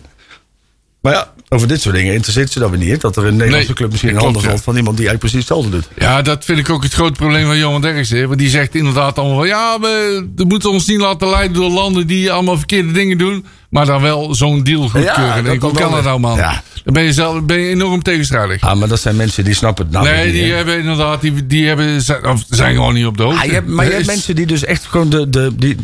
Speaker 2: Maar ja, over dit soort dingen interesseert ze dan weer niet. Dat er een Nederlandse
Speaker 3: Nee,
Speaker 2: club misschien in
Speaker 3: klopt,
Speaker 2: handen
Speaker 3: ja.
Speaker 2: valt van iemand die eigenlijk precies hetzelfde doet.
Speaker 3: Ja, dat vind ik ook het grote probleem van Johan Derksen. hè. Want die zegt inderdaad allemaal van... Ja, we, we moeten ons niet laten leiden door landen die allemaal verkeerde dingen doen. Maar dan wel zo'n deal goedkeuren.
Speaker 2: dat
Speaker 3: Denk ik,
Speaker 2: kan
Speaker 3: Hoe kan
Speaker 2: wel,
Speaker 3: dat nou, man?
Speaker 2: ja.
Speaker 3: Dan ben je, zelf, ben je enorm tegenstrijdig.
Speaker 2: Ah, maar dat zijn mensen die snappen het namelijk
Speaker 3: nee,
Speaker 2: niet,
Speaker 3: die
Speaker 2: hè.
Speaker 3: hebben inderdaad... Die, die hebben, zijn, of zijn gewoon niet op de hoogte.
Speaker 2: Ah, je hebt, maar je hebt
Speaker 3: Is-
Speaker 2: mensen die dus echt gewoon de. de die,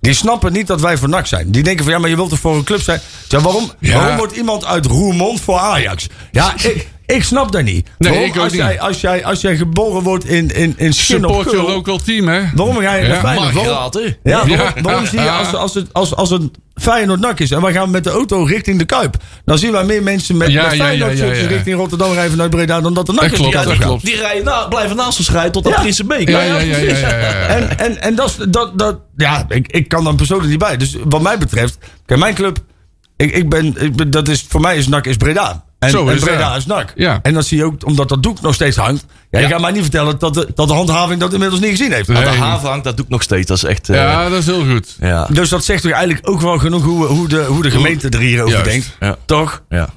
Speaker 2: die snappen niet dat wij voor NAC zijn. Die denken van ja, maar je wilt toch voor een club zijn? Ja, waarom,
Speaker 3: Ja.
Speaker 2: waarom wordt iemand uit Roermond voor Ajax? Ja, ik, ik snap dat niet.
Speaker 3: Nee,
Speaker 2: Waarom?
Speaker 3: ik ook
Speaker 2: als,
Speaker 3: niet.
Speaker 2: Jij, als, jij, als jij geboren wordt in, in, in Schin op
Speaker 3: Support your
Speaker 2: Geul,
Speaker 3: local team, hè?
Speaker 2: Waarom ga je
Speaker 3: Ja,
Speaker 2: naar Feyenoord?
Speaker 4: Mag je
Speaker 2: Waarom,
Speaker 4: raten?
Speaker 2: ja,
Speaker 3: Ja.
Speaker 2: waarom, waarom zie je als, als, het, als, als een Feyenoord nak is en wij gaan met de auto richting de Kuip, dan zien wij meer mensen met,
Speaker 3: Ja,
Speaker 2: met
Speaker 3: ja, ja,
Speaker 2: Feyenoord shirtjes
Speaker 3: ja, ja.
Speaker 2: richting Rotterdam rijden vanuit Breda dan dat de nak
Speaker 3: Dat
Speaker 2: is die
Speaker 3: klopt,
Speaker 2: kant
Speaker 3: dat
Speaker 2: op gaat.
Speaker 3: klopt.
Speaker 4: Die rijden na, blijven naast ons rijden tot
Speaker 2: Ja.
Speaker 4: dat Prinsenbeek.
Speaker 3: Ja, ja, ja, ja, ja, ja.
Speaker 2: En, en, en dat, is- dat, dat, ja, ik, ik kan dan persoonlijk niet bij. Dus wat mij betreft, kijk, mijn club, ik, ik ben, ik ben- dat is, voor mij is NAC is Breda. En,
Speaker 3: Zo
Speaker 2: en
Speaker 3: is
Speaker 2: Breda
Speaker 3: dat.
Speaker 2: is NAC.
Speaker 3: Ja.
Speaker 2: En dat zie je ook, omdat dat doek nog steeds hangt. Ja, Je gaat mij niet vertellen dat de, dat de handhaving dat inmiddels niet gezien heeft.
Speaker 3: Nee.
Speaker 4: de haven hangt, dat doe ik nog steeds. Dat is echt... eh,
Speaker 3: Ja, dat is heel goed.
Speaker 4: ja.
Speaker 2: Dus dat zegt toch eigenlijk ook wel genoeg hoe, hoe, de, hoe de gemeente er hierover
Speaker 3: Juist.
Speaker 2: denkt.
Speaker 4: Ja.
Speaker 2: Toch?
Speaker 4: ja.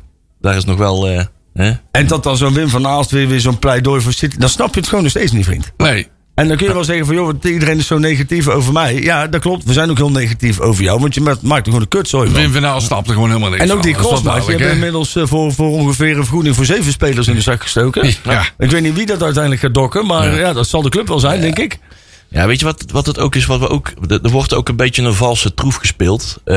Speaker 4: Daar is nog wel... eh, hè?
Speaker 2: En dat dan zo'n Wim van Aalst weer, weer zo'n pleidooi voor zit. Dan snap je het gewoon nog steeds niet, vriend.
Speaker 3: Nee.
Speaker 2: En dan kun je wel zeggen van, joh, want iedereen is zo negatief over mij. Ja, dat klopt. We zijn ook heel negatief over jou, want je ma- maakt er gewoon een kutzooi van.
Speaker 3: Wim van Aal snapt er gewoon helemaal niks
Speaker 2: En ook die
Speaker 3: van. Dat is wel
Speaker 2: Krosmaat, je hebt
Speaker 3: duidelijk,
Speaker 2: inmiddels eh, voor, voor ongeveer een vergoeding voor zeven spelers in de zak gestoken. Nou,
Speaker 3: Ja.
Speaker 2: Ik weet niet wie dat uiteindelijk gaat dokken, maar ja. dat zal de club wel zijn, denk ik.
Speaker 4: Ja, weet je wat, wat het ook is? Wat we ook, er er wordt ook een beetje een valse troef gespeeld. Eh,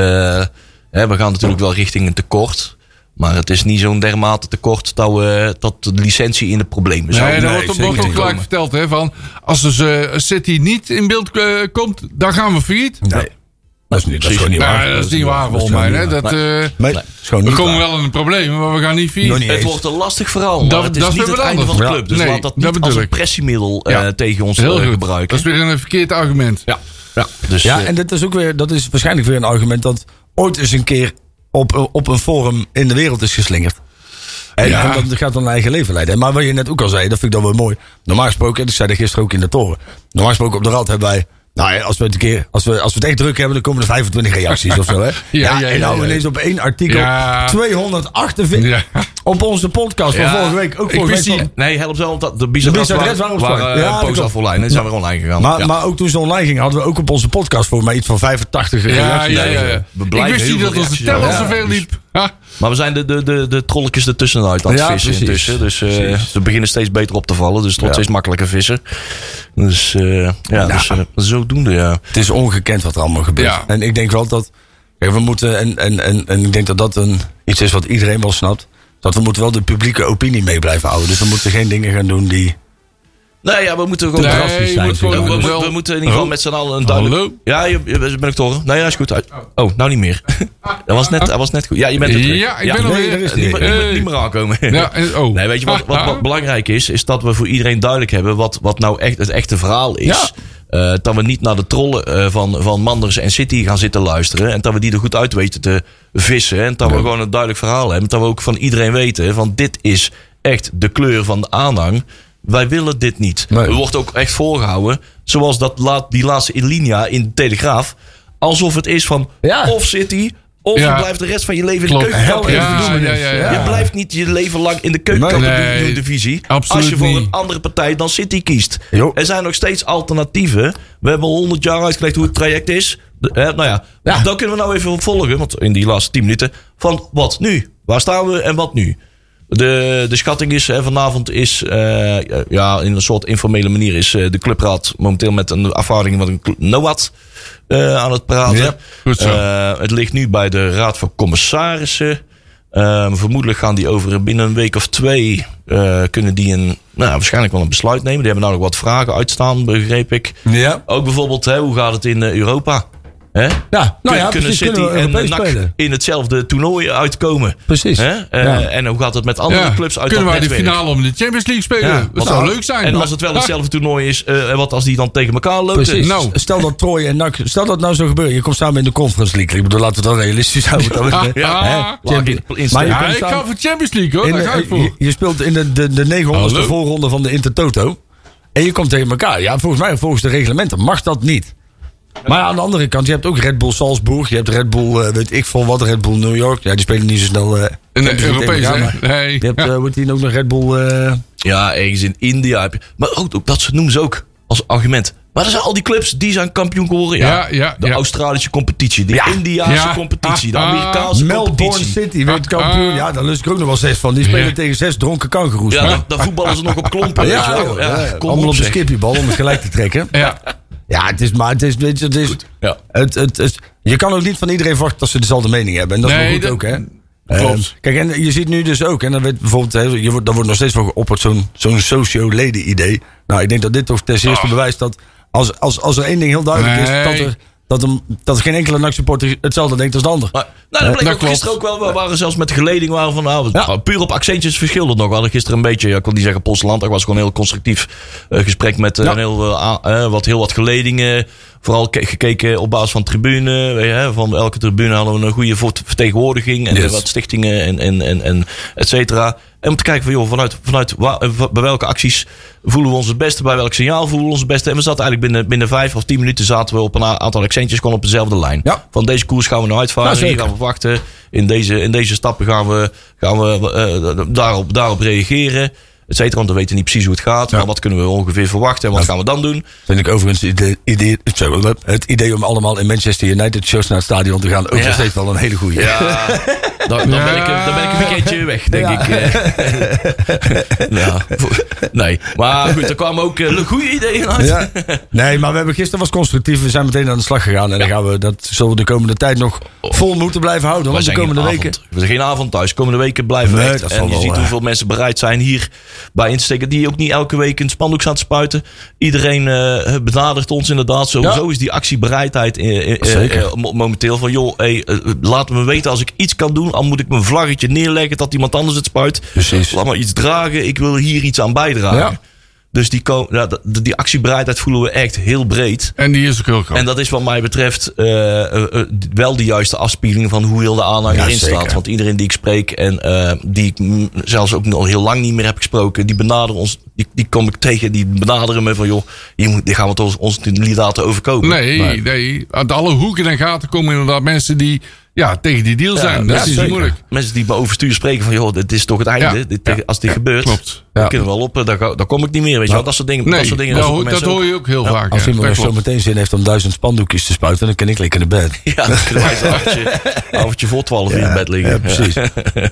Speaker 4: hè, we gaan natuurlijk wel richting een tekort. Maar het is niet zo'n dermate tekort dat, we, dat de licentie in de problemen zou
Speaker 3: Nee,
Speaker 4: nee,
Speaker 3: dat wordt- wordt ook gelijk verteld. Hè, van, als dus eh, City niet in beeld eh, komt, dan gaan we failliet.
Speaker 2: Nee. Dat is, niet, dat is gewoon niet
Speaker 3: Nee,
Speaker 2: waar.
Speaker 3: dat is niet waar volgens
Speaker 2: Dat is
Speaker 3: mij.
Speaker 2: gewoon
Speaker 3: Hè,
Speaker 2: niet
Speaker 3: dat, eh,
Speaker 2: waar. Nee, dat is gewoon
Speaker 3: we
Speaker 2: niet
Speaker 3: komen
Speaker 2: waar.
Speaker 3: wel in een probleem, maar we gaan niet
Speaker 2: Nog
Speaker 3: failliet.
Speaker 2: niet
Speaker 4: Het
Speaker 2: eens.
Speaker 4: wordt een lastig verhaal. maar
Speaker 3: Dat-
Speaker 4: het is
Speaker 3: dat is
Speaker 4: niet
Speaker 3: weer
Speaker 4: het
Speaker 3: wat
Speaker 4: einde van
Speaker 3: anders.
Speaker 4: de
Speaker 2: Ja.
Speaker 4: club. Dus
Speaker 3: Nee,
Speaker 4: laat dat
Speaker 3: dat
Speaker 4: niet als
Speaker 3: bedoel
Speaker 4: een
Speaker 3: ik.
Speaker 4: pressiemiddel
Speaker 3: Ja.
Speaker 4: eh, tegen ons
Speaker 3: Heel
Speaker 4: eh,
Speaker 3: goed.
Speaker 4: gebruiken.
Speaker 3: Dat is weer een verkeerd argument.
Speaker 4: Ja. ja. Dus,
Speaker 2: Ja,
Speaker 4: eh,
Speaker 2: en dat is ook weer, dat is waarschijnlijk weer een argument dat ooit eens een keer op, op een forum in de wereld is geslingerd. En,
Speaker 3: Ja.
Speaker 2: en dat gaat dan een eigen leven leiden. Maar wat je net ook al zei, dat vind ik dan wel mooi. Normaal gesproken, en ik zei dat gisteren ook in de toren. Normaal gesproken op de rad hebben wij... Nou ja, als we het, een keer, als we, als we het echt druk hebben, dan komen er 25 reacties of zo. Hè? Ja,
Speaker 3: ja,
Speaker 2: en nou
Speaker 3: ja, ja.
Speaker 2: ineens op één artikel
Speaker 3: Ja.
Speaker 2: 248
Speaker 3: Ja.
Speaker 2: op onze podcast van vorige week. Ook
Speaker 3: Ik
Speaker 2: vorige week
Speaker 3: wist die-
Speaker 2: van-
Speaker 4: Nee, help ze, want dat- de bizarre
Speaker 2: De Bizarre Reds waren opgestart.
Speaker 4: waren
Speaker 2: Ja,
Speaker 4: ja,
Speaker 2: dat
Speaker 4: post
Speaker 2: klopt.
Speaker 4: af online. En zijn weer online gegaan.
Speaker 2: Maar,
Speaker 4: ja.
Speaker 2: maar ook toen ze online gingen, hadden we ook op onze podcast voor mij iets van 85
Speaker 3: Ja,
Speaker 2: reacties.
Speaker 3: ja, ja. ja.
Speaker 4: We
Speaker 3: Ik
Speaker 4: blijven
Speaker 3: wist
Speaker 4: heel
Speaker 3: niet dat
Speaker 4: veel
Speaker 3: onze
Speaker 4: reacties
Speaker 3: tel al
Speaker 4: hebben.
Speaker 3: zoveel liep. Ha.
Speaker 4: Maar we zijn de, de, de, de trolletjes ertussenuit aan het
Speaker 2: Ja,
Speaker 4: vissen
Speaker 2: precies.
Speaker 4: intussen. Dus eh, ze beginnen steeds beter op te vallen. Dus het wordt
Speaker 2: Ja.
Speaker 4: steeds makkelijker vissen. Dus eh, ja, dus, eh, zodoende ja.
Speaker 2: Het is ongekend wat er allemaal gebeurt.
Speaker 3: Ja.
Speaker 2: En ik denk wel dat. kijk, we moeten. En, en, en, en ik denk dat dat een, iets is wat iedereen wel snapt. Dat we moeten wel de publieke opinie mee blijven houden. Dus we moeten geen dingen gaan doen die.
Speaker 4: Nou ja, we moeten gewoon...
Speaker 3: Nee,
Speaker 4: we,
Speaker 2: drastisch
Speaker 3: je
Speaker 2: zijn,
Speaker 3: moet gewoon
Speaker 2: zeg
Speaker 4: we-
Speaker 2: maar.
Speaker 4: we-
Speaker 3: wel-
Speaker 4: we moeten in ieder geval
Speaker 3: Oh.
Speaker 4: met z'n allen een duidelijk...
Speaker 3: Hallo?
Speaker 4: Ja, je, je- ben ik te horen? Nou ja, is goed. Oh, nou niet meer. Dat was net, dat was net goed. Ja, je bent er terug.
Speaker 3: Ja, ik ben
Speaker 2: nee,
Speaker 3: alweer.
Speaker 2: daar is
Speaker 4: Eh, Niet, meer- niet meer-
Speaker 3: Eh,
Speaker 4: niet meer aankomen.
Speaker 3: Ja, en- oh.
Speaker 4: Nee, weet je wat, wat,
Speaker 3: Ah,
Speaker 4: wat
Speaker 3: ah.
Speaker 4: belangrijk is? Is dat we voor iedereen duidelijk hebben wat, wat nou echt het echte verhaal is.
Speaker 3: Ja.
Speaker 4: Eh, dat we niet naar de trollen eh, van, van Manders en City gaan zitten luisteren. En dat we die er goed uit weten te vissen. En dat we gewoon een duidelijk verhaal hebben. Dat we ook van iedereen weten: van dit is echt de kleur van de aanhang. Wij willen dit niet.
Speaker 2: Nee.
Speaker 4: Er wordt ook echt voorgehouden. Zoals dat laat, die laatste Ilinia in de Telegraaf. Alsof het is van
Speaker 2: Ja.
Speaker 4: of City. Of
Speaker 3: Ja.
Speaker 4: je blijft de rest van je leven in
Speaker 3: Klopt.
Speaker 4: de keuken.
Speaker 3: Ja, ja, ja, ja.
Speaker 4: Je blijft niet je leven lang in de keuken
Speaker 2: Nee.
Speaker 4: kampioen
Speaker 3: Nee,
Speaker 4: divisie.
Speaker 3: absoluut
Speaker 4: als je voor
Speaker 3: niet.
Speaker 4: een andere partij dan City kiest.
Speaker 2: Jo.
Speaker 4: Er zijn nog steeds alternatieven. We hebben al 100 jaar uitgelegd hoe het traject is. De- eh, nou ja,
Speaker 2: Ja.
Speaker 4: dan kunnen we nou even volgen. Want in die laatste 10 minuten. Van wat nu? Waar staan we en wat nu? De, de schatting is eh, vanavond is, eh, ja, in een soort informele manier is eh, de clubraad momenteel met een afvaarding van een cl- NOAD eh, aan het praten.
Speaker 3: Ja, goed zo.
Speaker 4: Eh, het ligt nu bij de Raad van Commissarissen. Ehm, vermoedelijk gaan die over binnen een week of twee eh, kunnen die een, nou, waarschijnlijk wel een besluit nemen. Die hebben nou nog wat vragen uitstaan, begreep ik.
Speaker 2: Ja.
Speaker 4: Ook bijvoorbeeld, hè, hoe gaat het in eh, Europa? Hè?
Speaker 2: Ja, nou ja,
Speaker 4: Kun- kunnen
Speaker 2: precies.
Speaker 4: City
Speaker 2: Kunnen we
Speaker 4: en
Speaker 2: Europees
Speaker 4: NAC
Speaker 2: spelen?
Speaker 4: in hetzelfde toernooi uitkomen?
Speaker 2: Precies.
Speaker 4: Hè? Eh,
Speaker 2: Ja.
Speaker 4: En hoe gaat het met andere
Speaker 3: Ja,
Speaker 4: clubs uit
Speaker 3: Kunnen
Speaker 4: dat
Speaker 3: wij de
Speaker 4: netwerk?
Speaker 3: finale om de Champions League spelen?
Speaker 4: Ja,
Speaker 3: dat
Speaker 4: want-
Speaker 3: zou leuk zijn.
Speaker 4: En
Speaker 3: maar-
Speaker 4: als het wel
Speaker 3: Ah,
Speaker 4: hetzelfde toernooi is, eh, en wat als die dan tegen elkaar lopen?
Speaker 2: Precies.
Speaker 3: Nou.
Speaker 2: Stel dat Troy en NAC, stel dat nou zo gebeurt. Je komt samen in de Conference League. Ik bedoel, laten we dat realistisch houden. Dat we-
Speaker 3: Ah, ah.
Speaker 2: Hè?
Speaker 3: Ja,
Speaker 2: Champions-
Speaker 4: in- in-
Speaker 2: Maar je
Speaker 4: ja,
Speaker 3: Ja,
Speaker 2: komt
Speaker 3: ik
Speaker 2: samen-
Speaker 3: ga voor Champions League hoor.
Speaker 2: In
Speaker 3: Daar
Speaker 2: de-
Speaker 3: ga ik
Speaker 2: je,
Speaker 3: voor.
Speaker 2: je speelt in de, de, de 900ste
Speaker 3: Hallo?
Speaker 2: voorronde van de Intertoto. En je komt tegen elkaar. Ja, volgens mij, volgens de reglementen, mag dat niet. Maar aan de andere kant, je hebt ook Red Bull Salzburg. Je hebt Red Bull, eh, weet ik veel wat, Red Bull New York. Ja, die spelen niet zo snel. eh,
Speaker 3: Een
Speaker 2: Champions League
Speaker 3: Europees,
Speaker 2: tegen elkaar, maar
Speaker 3: hè? Nee.
Speaker 2: Je hebt,
Speaker 3: Ja.
Speaker 2: eh, wordt die ook nog Red Bull... eh,
Speaker 4: Ja, ergens in India heb je. Maar ook, ook dat ze- noemen ze ook als argument. Maar er zijn al die clubs die zijn kampioen geworden. Ja,
Speaker 3: Ja, ja,
Speaker 4: de
Speaker 3: ja.
Speaker 4: Australische competitie, de
Speaker 2: Ja.
Speaker 4: Indiaanse
Speaker 3: Ja.
Speaker 4: competitie, de
Speaker 3: Ah, ah.
Speaker 4: Amerikaanse
Speaker 2: Melbourne
Speaker 4: competitie.
Speaker 2: City werd
Speaker 3: Ah,
Speaker 2: kampioen.
Speaker 3: ah.
Speaker 2: Ja, daar lust ik ook nog wel zes van. Die spelen
Speaker 3: Ja.
Speaker 2: tegen zes dronken kangeroes.
Speaker 4: Ja, daar, daar voetballen ze nog op klompen. weet je wel.
Speaker 2: joh,
Speaker 4: Ja,
Speaker 2: ja.
Speaker 4: kom
Speaker 2: eh, allemaal op de
Speaker 4: zeg.
Speaker 2: skippiebal om het gelijk te trekken.
Speaker 3: Ja.
Speaker 2: Ja, het is maar. Het is, weet je, het is,
Speaker 4: Ja.
Speaker 2: het, het, het- je kan ook niet van iedereen verwachten dat ze dezelfde mening hebben. En dat is
Speaker 3: Nee,
Speaker 2: wel goed
Speaker 3: dat-
Speaker 2: ook, hè?
Speaker 3: klopt.
Speaker 2: Eh, kijk, en je ziet nu dus ook, en dan weet bijvoorbeeld, hè, je wordt, daar wordt nog steeds van geopperd zo'n zo'n socio-leden-idee. Nou, ik denk dat dit toch ten
Speaker 3: Ah.
Speaker 2: eerste bewijst dat als, als, als er één ding heel duidelijk is, dat
Speaker 3: Nee.
Speaker 2: er, dat, er, dat er geen enkele NAC-supporter hetzelfde denkt als de ander.
Speaker 4: Maar, nou, dat bleek
Speaker 3: dat
Speaker 4: ook gisteren ook
Speaker 3: klopt.
Speaker 4: wel. We waren zelfs met de geleding waren van, nou, we-
Speaker 2: Ja.
Speaker 4: puur op accentjes verschilde het nog. We hadden gisteren een beetje, ja, ik wil niet zeggen postland, ik was gewoon een heel constructief eh, gesprek met eh,
Speaker 2: Ja.
Speaker 4: een heel, eh, a- eh, wat, heel wat geledingen. Vooral ke- gekeken op basis van tribune. weet je, hè, van elke tribune hadden we een goede voort- vertegenwoordiging en eh,
Speaker 2: Yes.
Speaker 4: wat stichtingen en, en, en, en et cetera. En om te kijken van, joh, vanuit, vanuit wa- eh, wa- bij welke acties voelen we ons het beste, bij welk signaal voelen we ons het beste. En we zaten eigenlijk binnen, binnen vijf of tien minuten zaten we op een a- aantal accentjes gewoon op dezelfde lijn.
Speaker 2: Ja.
Speaker 4: Van deze koers gaan we nou uitvaren.
Speaker 2: Ja,
Speaker 4: Hier
Speaker 2: zeker.
Speaker 4: gaan we wachten. In deze, in deze stappen gaan we, gaan we eh, daarop, daarop reageren. Et cetera, want we weten niet precies hoe het gaat. Maar wat kunnen we ongeveer verwachten en wat gaan we dan doen?
Speaker 2: Vind ik overigens het idee, idee- zo, het idee om allemaal in Manchester United shows naar het stadion te gaan ook
Speaker 4: Ja.
Speaker 2: nog steeds wel een hele goede.
Speaker 4: Ja, dan, dan, Ben, ik, dan ben ik een weekendje weg, denk ik. eh. ja. Nee, maar goed, er kwamen ook eh, goede ideeën uit.
Speaker 2: Ja. Nee, maar we hebben gisteren was constructief. We zijn meteen aan de slag gegaan. En dan gaan we, dat zullen we de komende tijd nog vol moeten blijven houden.
Speaker 4: We
Speaker 2: Want de
Speaker 4: zijn
Speaker 2: komende
Speaker 4: geen
Speaker 2: weken.
Speaker 4: avond. We zijn geen avond thuis. Komende weken blijven
Speaker 2: Nee,
Speaker 4: we echt.
Speaker 2: dat
Speaker 4: En
Speaker 2: zal
Speaker 4: je
Speaker 2: wel,
Speaker 4: ziet
Speaker 2: eh.
Speaker 4: hoeveel mensen bereid zijn hierbij in te steken. Die ook niet elke week een spandoek aan te spuiten. Iedereen eh, benadert ons inderdaad. Sowieso is die actiebereidheid eh, eh, eh,
Speaker 2: Zeker.
Speaker 4: eh, mo- momenteel van... joh, hey, eh, laat me weten als ik iets kan doen. Al moet ik mijn vlaggetje neerleggen dat iemand anders het spuit.
Speaker 2: Precies.
Speaker 4: Laat maar iets dragen. Ik wil hier iets aan bijdragen.
Speaker 2: Ja.
Speaker 4: Dus die, ko- ja, dat- die actiebereidheid voelen we echt heel breed.
Speaker 3: En die is ook heel
Speaker 2: Oh.
Speaker 3: groot.
Speaker 4: En dat is wat mij betreft eh, eh, eh, wel de juiste afspiegeling van hoe heel de aanhang
Speaker 2: Ja,
Speaker 4: erin
Speaker 2: zeker.
Speaker 4: staat. Want iedereen die ik spreek en eh, die ik mm, zelfs ook al heel lang niet meer heb gesproken, die benaderen ons, die, die kom ik tegen, die benaderen me van joh, hier, moet, hier gaan we ons, ons niet laten overkomen.
Speaker 3: nee, nee, Uit alle hoeken en gaten komen inderdaad mensen die ja, tegen die deal zijn. dat
Speaker 4: ja,
Speaker 3: is niet zo
Speaker 4: zeker.
Speaker 3: moeilijk.
Speaker 4: Mensen die me overstuur spreken van joh, dit is toch het einde.
Speaker 3: Ja.
Speaker 4: Dit, Als dit gebeurt,
Speaker 3: klopt.
Speaker 4: dan
Speaker 2: Ja.
Speaker 4: kunnen we wel op, eh, dan, ga- dan kom ik niet meer. Weet je wel, dat soort dingen.
Speaker 3: Nee,
Speaker 4: dat soort dingen
Speaker 3: dat,
Speaker 4: roepen
Speaker 3: hoor, dat
Speaker 4: mensen
Speaker 3: hoor
Speaker 4: ook.
Speaker 3: je ook heel vaak.
Speaker 2: Als
Speaker 3: ja.
Speaker 2: iemand
Speaker 3: Dat
Speaker 2: er zo
Speaker 3: klopt.
Speaker 2: meteen zin heeft om duizend spandoekjes te spuiten, dan kan ik lekker naar bed.
Speaker 4: Ja, dan kunnen wij een avondje, avondje voor 12 uur in bed liggen.
Speaker 2: ja, precies.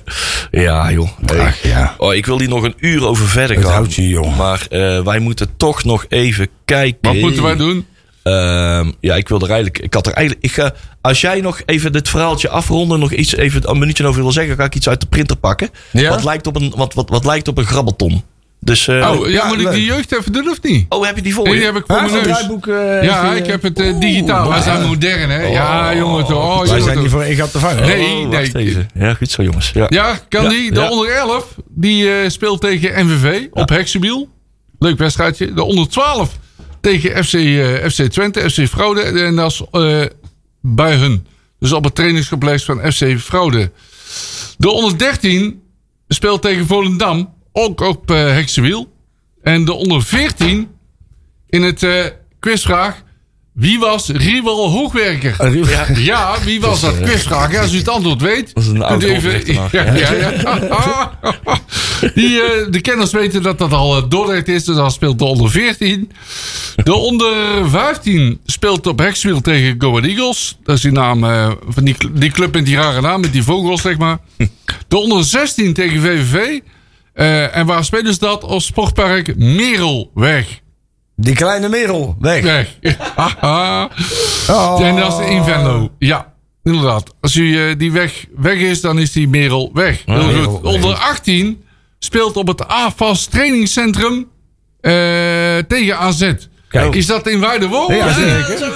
Speaker 4: ja joh. Hey.
Speaker 2: Ach, ja.
Speaker 4: Oh, ik wil hier nog een uur over verder
Speaker 2: Het
Speaker 4: gaan.
Speaker 2: houdt je jong.
Speaker 4: Maar eh, wij moeten toch nog even kijken.
Speaker 3: Wat moeten wij doen?
Speaker 4: Ehm, ja, ik wil er eigenlijk. Ik had er eigenlijk. Ik ga, als jij nog even dit verhaaltje afronden, nog iets even een minuutje over wil zeggen, ga ik iets uit de printer pakken.
Speaker 3: Ja?
Speaker 4: Wat lijkt op een, wat, wat, wat lijkt op een grabbelton. Dus. eh,
Speaker 3: Oh, ja,
Speaker 2: ja,
Speaker 3: moet ik die
Speaker 2: leuk.
Speaker 3: jeugd even doen of niet?
Speaker 4: oh, heb je die voor
Speaker 3: Nee,
Speaker 4: je?
Speaker 3: die heb ik voor mijn neus. Ja, ik heb het eh, digitaal. Wij zijn modern, hè? Ja, jongen. toch. Oh,
Speaker 2: Wij
Speaker 3: jongen,
Speaker 2: zijn
Speaker 3: toch.
Speaker 2: niet voor één gat te vangen.
Speaker 3: Nee.
Speaker 4: Oh, wacht
Speaker 3: nee.
Speaker 4: even. Ja, goed zo, jongens. Ja.
Speaker 3: Ja, kan
Speaker 4: Ja,
Speaker 3: die. De
Speaker 4: ja.
Speaker 3: onder 11, die eh, speelt tegen MVV op Hexenbiel. Leuk wedstrijdje. De onder 12 tegen FC, eh, FC Twente, FC Fraude. En dat is eh, bij hun. Dus op het trainingscomplex van FC Fraude. De onder 13 speelt tegen Volendam. Ook op eh Hexenbiel. En de onder 14 in het eh, quizvraag. Wie was Riewel Hoogwerker?
Speaker 4: Eh,
Speaker 2: Ja.
Speaker 3: Ja, wie was dat? Quizvraag. Ja, als u het antwoord weet.
Speaker 4: Dat is een
Speaker 3: kunt
Speaker 4: oude
Speaker 3: u even. Ja,
Speaker 4: oprichter,
Speaker 3: ja, ja. Die, eh, de kenners weten dat dat al eh, Dordrecht is. Dus dan speelt de onder 14. De onder 15 speelt op Hexwiel tegen Go Ahead Eagles. Dat is die naam eh, van die, cl- die club met die rare naam, met die vogels, zeg maar. De onder 16 tegen VVV. Eh, en waar spelen ze dat? Op Sportpark Merelweg.
Speaker 2: Die kleine merel, weg.
Speaker 3: Weg.
Speaker 2: Oh.
Speaker 3: En dat is in Venlo. Ja, inderdaad. Als u eh, die weg, weg is, dan is die Merel weg. Heel
Speaker 2: Merel
Speaker 3: goed.
Speaker 2: weg.
Speaker 3: Onder 18 speelt op het AFAS trainingscentrum eh, tegen AZ.
Speaker 2: Kijk.
Speaker 3: Is dat in Weidewold?
Speaker 2: Ja, zeker.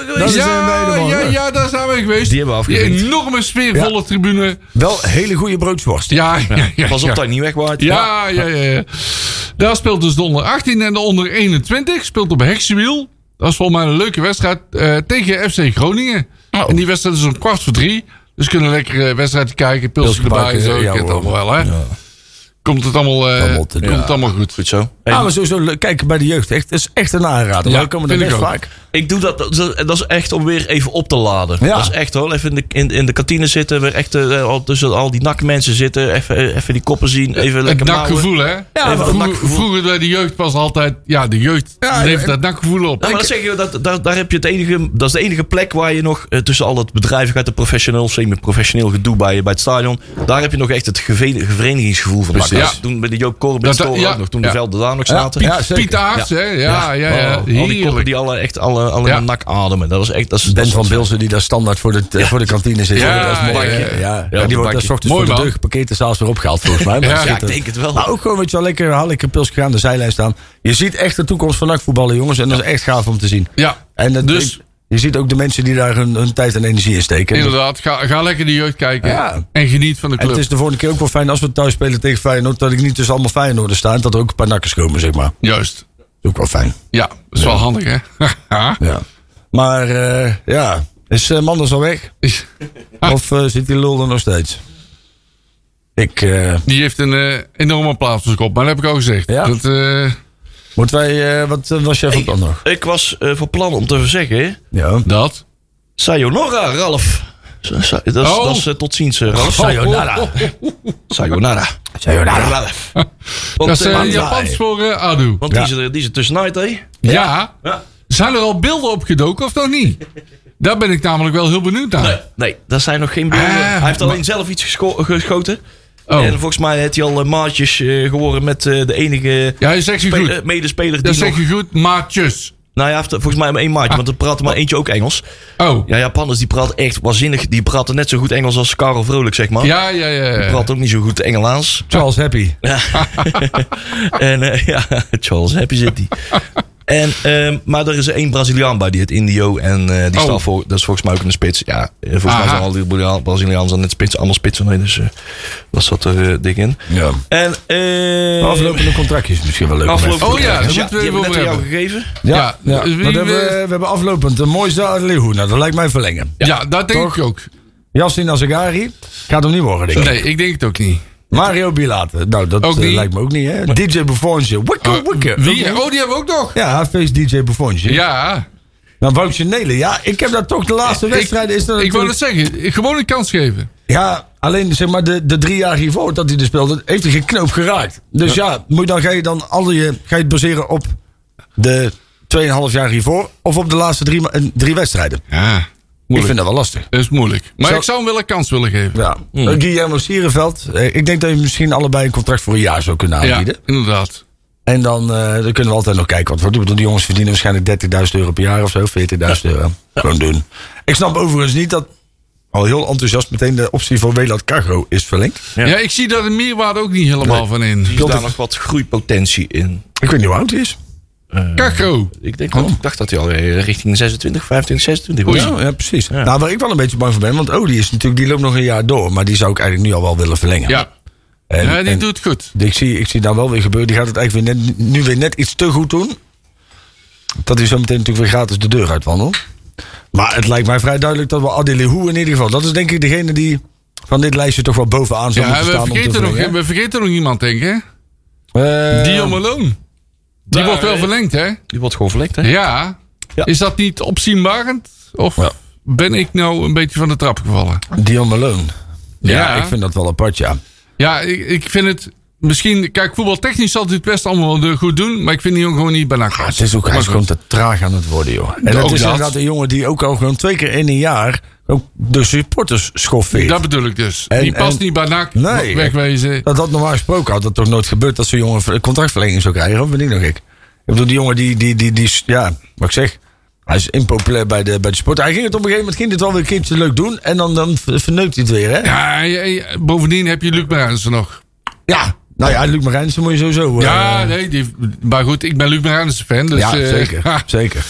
Speaker 4: dat zijn we geweest.
Speaker 2: Dat is in
Speaker 3: ja,
Speaker 2: Nederland.
Speaker 3: ja, ja, daar zijn we geweest.
Speaker 4: Die hebben we afgevinkt.
Speaker 3: enorme sfeervolle tribune.
Speaker 2: Wel hele goede broodsworst.
Speaker 3: Ja, ja, ja,
Speaker 4: Pas op
Speaker 3: ja.
Speaker 4: dat je niet wegwaait.
Speaker 3: Ja, ja, ja, ja. Daar speelt dus de onder 18 en de onder 21 speelt op Heksenwiel. Dat is volgens mij een leuke wedstrijd eh, tegen FC Groningen. En die wedstrijd is om kwart voor drie. Dus kunnen lekkere wedstrijden kijken, pilsje
Speaker 2: Pilsje
Speaker 3: erbij en
Speaker 2: pakken,
Speaker 3: zo.
Speaker 2: ja,
Speaker 3: Ja, het
Speaker 2: hoor.
Speaker 3: allemaal wel, hè? Komt het allemaal, eh,
Speaker 2: Allemaal te
Speaker 3: komt
Speaker 2: doen.
Speaker 3: het allemaal goed.
Speaker 4: Goed zo. Hey,
Speaker 2: Ah, maar sowieso, leuk. kijk, bij de jeugd, echt, dat is echt een aanrader.
Speaker 3: Ja,
Speaker 2: Ja, komen er
Speaker 3: vind ik
Speaker 2: best
Speaker 3: ook.
Speaker 2: vaak.
Speaker 4: Ik doe dat, dat, dat is echt om weer even op te laden.
Speaker 2: Ja.
Speaker 4: Dat is echt hoor, even in de, in, in de kantine zitten, weer echt eh, al tussen al die nakmensen zitten, even, even die koppen zien, even
Speaker 3: Het
Speaker 4: lekker mouwen.
Speaker 3: dakgevoel, hè?
Speaker 4: maar
Speaker 3: vroeger,
Speaker 4: het dakgevoel.
Speaker 3: vroeger bij de jeugd was altijd... Ja, de jeugd
Speaker 2: Ja,
Speaker 3: levert
Speaker 2: en-
Speaker 3: dat dakgevoel op.
Speaker 4: Nou, maar dat zeg je, dat, daar, daar heb je het enige, dat is de enige plek waar je nog eh, tussen al dat bedrijvigheid, de professioneel, semi-professioneel gedoe bij, bij het stadion, daar heb je nog echt het geve- verenigingsgevoel van.
Speaker 3: Precies.
Speaker 4: elkaar.
Speaker 3: Ja.
Speaker 4: Toen bij de Joop
Speaker 3: Dat-
Speaker 4: Corbin Store
Speaker 3: ja,
Speaker 4: ook nog, toen
Speaker 3: ja.
Speaker 4: de velden daar nog zaten.
Speaker 2: ja, zeker.
Speaker 3: Piet Aerts, hè? Ja, ja, ja.
Speaker 4: Oh, al die koppen
Speaker 3: Heerlijk.
Speaker 4: die alle, echt alle, alle
Speaker 3: Ja.
Speaker 4: in de nak ademen. Dat is echt, dat is, dat
Speaker 2: Ben
Speaker 4: is-
Speaker 2: van Bilsen die daar standaard voor de, eh, voor de kantine zit.
Speaker 3: Ja,
Speaker 2: dat is mooi.
Speaker 3: ja,
Speaker 2: hè?
Speaker 3: ja.
Speaker 2: Ja,
Speaker 4: op
Speaker 2: Ja,
Speaker 4: het
Speaker 2: die wordt
Speaker 4: bankje.
Speaker 2: daar 's ochtends
Speaker 3: Mooi,
Speaker 2: voor de
Speaker 3: man.
Speaker 2: deur geparkeerd en s'avonds weer opgehaald volgens mij. Maar
Speaker 3: Ja,
Speaker 2: daar
Speaker 3: ja,
Speaker 2: zit
Speaker 4: ik denk het
Speaker 3: Nou,
Speaker 4: wel.
Speaker 2: Maar ook gewoon, weet je wel, lekker, haal lekker een pilsje aan de zijlijn staan. Je ziet echt de toekomst van nakvoetballen, jongens. En dat is echt gaaf om te zien.
Speaker 3: Ja,
Speaker 2: En dat-
Speaker 3: dus...
Speaker 2: je ziet ook de mensen die daar hun, hun tijd en energie in steken.
Speaker 3: Inderdaad, ga, ga lekker de jeugd kijken.
Speaker 2: Ja.
Speaker 3: En geniet van de
Speaker 2: En
Speaker 3: club.
Speaker 2: het is de volgende keer ook wel fijn als we thuis spelen tegen Feyenoord... dat ik niet tussen allemaal Feyenoorders sta en dat er ook een paar nakkers komen, zeg maar. Dat
Speaker 3: Juist.
Speaker 2: is ook wel fijn,
Speaker 3: Ja, dat is wel handig, hè? Ja.
Speaker 2: ja. Maar eh, ja, is eh, Manders al weg? Of eh, zit die lul er nog steeds? Ik, eh,
Speaker 3: Die heeft een eh, enorme plaats op zijn kop, maar dat heb ik al gezegd.
Speaker 2: Ja.
Speaker 3: Dat, eh,
Speaker 2: moeten wij, eh, wat eh, was jij van plan nog?
Speaker 4: Ik was eh, van plan om te zeggen,
Speaker 2: Ja.
Speaker 3: dat.
Speaker 4: sayonara Ralf. Sa- sa- Dat is,
Speaker 3: Oh.
Speaker 4: dat is eh, tot ziens eh, Ralf.
Speaker 2: Sayonara.
Speaker 4: Sayonara.
Speaker 2: Sayonara.
Speaker 4: Ralf.
Speaker 3: Dat
Speaker 4: Want,
Speaker 3: is
Speaker 4: eh,
Speaker 3: eh,
Speaker 4: want-
Speaker 3: Japans voor eh, Adu.
Speaker 4: want die, is er, die is er tussenuit, hè?
Speaker 3: Ja.
Speaker 4: Ja.
Speaker 3: Zijn er al beelden opgedoken of nog niet? Daar ben ik namelijk wel heel benieuwd naar.
Speaker 4: Nee, nee, dat zijn nog geen beelden.
Speaker 3: Ah,
Speaker 4: hij heeft alleen zelf iets gescho- geschoten.
Speaker 3: Oh.
Speaker 4: En volgens mij heeft hij al eh, maatjes eh, geworden met eh, de enige
Speaker 3: Ja, je zegt je
Speaker 4: spe-
Speaker 3: goed.
Speaker 4: eh, medespeler
Speaker 3: Dat
Speaker 4: die nog...
Speaker 3: zeg je Ah. goed, maatjes.
Speaker 4: Nou ja, hij heeft er volgens mij maar één maatje, want er praatte maar eentje ook Engels.
Speaker 3: Oh.
Speaker 4: Ja, Japanners die praten echt waanzinnig. Die praten net zo goed Engels als Karel Vrolijk, zeg maar.
Speaker 3: Ja, ja, ja.
Speaker 4: Die
Speaker 3: ja.
Speaker 4: praat ook niet zo goed Engelaans.
Speaker 2: Charles Happy.
Speaker 4: En eh, ja, Charles Happy zit die. En En, ehm, maar er is één Braziliaan bij die het Indio. En eh, die
Speaker 3: Oh.
Speaker 4: staat voor, dat is volgens mij ook in de spits. Ja, eh, volgens mij
Speaker 3: Aha.
Speaker 4: zijn al die Braziliaan- Braziliaans aan het spits, allemaal spitsen. Nee, dus eh, dat zat er eh, dik in.
Speaker 2: Ja.
Speaker 4: En, eh
Speaker 2: Aflopende contractjes misschien wel leuk.
Speaker 4: afgelopen
Speaker 3: Oh ja, daar
Speaker 4: contract.
Speaker 3: moeten we
Speaker 4: die
Speaker 3: even
Speaker 4: hebben net
Speaker 3: over
Speaker 4: aan jou gegeven.
Speaker 2: Ja,
Speaker 3: Ja,
Speaker 2: ja.
Speaker 3: dus wie
Speaker 2: Wat hebben
Speaker 3: wil-
Speaker 2: we, we hebben aflopend. Een mooi Leeuw. Nou, dat lijkt mij verlengen.
Speaker 3: Ja, dat denk ik ook.
Speaker 2: Jassin Azagari. Gaat hem niet worden, denk ik.
Speaker 3: Nee, ik denk het ook niet.
Speaker 2: Mario Bilate. Nou, dat
Speaker 3: Ook
Speaker 2: eh,
Speaker 3: niet.
Speaker 2: lijkt me ook niet, hè? DJ Buffonje. Wikke, wikke.
Speaker 3: Wie? Oh, die hebben we ook nog.
Speaker 2: Ja, feest DJ Buffonje.
Speaker 3: Ja,
Speaker 2: Dan Woutje Nelen. Ja, Nou, ik heb daar toch de laatste wedstrijden. Is dat
Speaker 3: ik wou het
Speaker 2: natuurlijk-
Speaker 3: zeggen. Gewoon een kans geven.
Speaker 2: Ja, alleen zeg maar de, de drie jaar hiervoor dat hij er speelde, heeft hij geen knoop geraakt. Dus ja, moet je dan, ga je dan al je, ga je het baseren op de 2,5 jaar hiervoor of op de laatste drie, ma- eh, drie wedstrijden?
Speaker 3: Ja,
Speaker 2: Ik vind
Speaker 3: moeilijk.
Speaker 2: dat wel lastig.
Speaker 3: Dat is moeilijk. Maar
Speaker 2: Zou-
Speaker 3: ik zou hem wel een kans willen geven.
Speaker 2: Ja. Eh, Guillermo Sierenveld, eh, ik denk dat je misschien allebei een contract voor een jaar zou kunnen
Speaker 3: Ja,
Speaker 2: aanbieden.
Speaker 3: inderdaad.
Speaker 2: En dan, eh, dan kunnen we altijd nog kijken wat we doen. Ik bedoel, Die jongens verdienen waarschijnlijk 30.000 euro per jaar of zo, 40.000 euro. Gewoon doen. Ik snap overigens niet dat al heel enthousiast meteen de optie voor Welad Cargo is verlengd.
Speaker 3: Ja. ik zie daar de meerwaarde ook niet helemaal van in.
Speaker 4: Er Dus is daar nog wat groeipotentie in.
Speaker 2: Ik weet niet hoe oud hij is.
Speaker 3: Kakko.
Speaker 4: Ik, denk, dat- ik dacht dat hij al eh, richting 26, 25, 26 was.
Speaker 3: Oh,
Speaker 2: Ja, ja, precies. Nou, waar ik wel een beetje bang voor ben, want Odie is natuurlijk, die loopt nog een jaar door, maar die zou ik eigenlijk nu al wel willen verlengen.
Speaker 3: Ja,
Speaker 2: en,
Speaker 3: ja die
Speaker 2: en
Speaker 3: doet goed.
Speaker 2: ik zie, ik zie daar wel weer gebeuren. Die gaat het eigenlijk weer net, nu weer net iets te goed doen. Dat hij zo meteen natuurlijk weer gratis de deur uitwandelt. Maar het lijkt mij vrij duidelijk dat we Adelihu in ieder geval, dat is denk ik degene die van dit lijstje toch wel bovenaan zou
Speaker 3: Ja,
Speaker 2: moeten
Speaker 3: we
Speaker 2: staan. om te Ehm,
Speaker 3: vergeten, nog,
Speaker 2: verlengen.
Speaker 3: we vergeten nog iemand, denk ik. hè?
Speaker 2: Eh,
Speaker 3: Dion Malone. Die wordt wel verlengd, hè?
Speaker 4: Die wordt gewoon verlengd, hè?
Speaker 3: Ja.
Speaker 4: Ja.
Speaker 3: Is dat niet opzienbarend? Of
Speaker 2: Ja.
Speaker 3: ben ik nou een beetje van de trap gevallen?
Speaker 2: Eh, Dion Malone. Ja,
Speaker 3: Ja.
Speaker 2: ik vind dat wel apart, ja.
Speaker 3: Ja, ik, ik vind het... Misschien, kijk, voetbaltechnisch zal hij het best allemaal wel goed doen. Maar ik vind die jongen gewoon niet bij elkaar.
Speaker 2: Ah, het is ook, hij
Speaker 3: Maar
Speaker 2: is
Speaker 3: goed.
Speaker 2: gewoon te traag aan het worden, joh. En
Speaker 3: Ook
Speaker 2: dat is
Speaker 3: dat.
Speaker 2: inderdaad een jongen die ook al gewoon twee keer in een jaar ook de supporters schoffeert.
Speaker 3: Dat
Speaker 2: Dat,
Speaker 3: bedoel ik dus.
Speaker 2: En-
Speaker 3: die past
Speaker 2: en-
Speaker 3: niet bij NAC.
Speaker 2: Nee.
Speaker 3: Wegwezen.
Speaker 2: dat normaal gesproken had dat toch nooit gebeurd dat zo'n jongen een contractverlenging zou krijgen, of ben ik nog gek? Ik bedoel, die jongen die, die, die, die, ja, wat ik zeg, hij is impopulair bij de, bij de sport. Hij ging het op een gegeven moment, ging dit wel weer een keertje leuk doen en dan, dan ver- verneukt hij het weer, hè? Ja,
Speaker 3: Ja, ja, ja, bovendien heb je Luc Marijnissen nog.
Speaker 2: nou ja, Luc Marijnissen moet je sowieso... eh,
Speaker 3: ja, nee, die, maar goed, ik ben Luc Marijnissen fan. Dus,
Speaker 2: ja,
Speaker 3: eh,
Speaker 2: zeker,
Speaker 3: ha.
Speaker 2: zeker.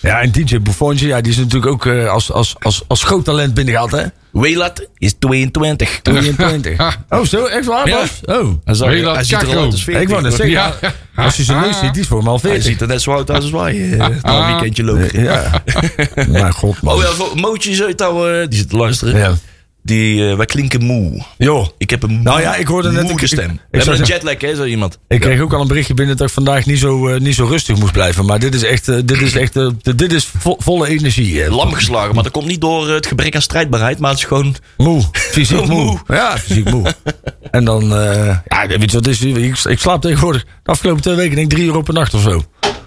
Speaker 2: Ja, en DJ Buffonje, ja, die is natuurlijk ook eh, als, als, als, als groot talent binnengehaald, hè?
Speaker 4: Welat is 22.
Speaker 2: 22. Oh, zo? Echt waar,
Speaker 4: Ja.
Speaker 2: Bas? Oh.
Speaker 4: Hij, zag,
Speaker 3: Welat
Speaker 4: hij ziet er al
Speaker 3: Kakko.
Speaker 4: uit als 40.
Speaker 2: Ik wou net zeggen,
Speaker 3: Ja.
Speaker 2: ja. als je zijn neus ziet, die is voor hem al
Speaker 4: Hij
Speaker 2: 40.
Speaker 4: ziet er net zo oud uit als wij. eh, Na een weekendje lopen.
Speaker 2: Ja. Maar god, man.
Speaker 4: Oh ja, voor- Mootje zo touwen. eh, Die zit te luisteren.
Speaker 2: Ja.
Speaker 4: Die, eh, wij klinken moe.
Speaker 2: Joh.
Speaker 4: Ik heb een
Speaker 2: Nou ja, ik hoorde net-
Speaker 4: moede
Speaker 2: ik-
Speaker 4: stem.
Speaker 2: ik- ik
Speaker 4: We hebben
Speaker 2: zou
Speaker 4: een
Speaker 2: zeggen-
Speaker 4: jetlag, hè, zo iemand.
Speaker 2: Ik kreeg ook al een berichtje binnen dat ik vandaag niet zo, eh, niet zo rustig moest blijven. Maar dit is echt, eh, dit is echt, eh, dit- dit is vo- volle energie. eh.
Speaker 4: Lam geslagen, maar dat komt niet door eh, het gebrek aan strijdbaarheid, maar het is gewoon...
Speaker 2: Moe. Fysiek moe.
Speaker 4: Moe.
Speaker 2: Ja, fysiek moe. En dan, eh, ja, weet je wat is, ik, ik slaap tegenwoordig de afgelopen twee weken denk ik drie uur op een nacht of zo.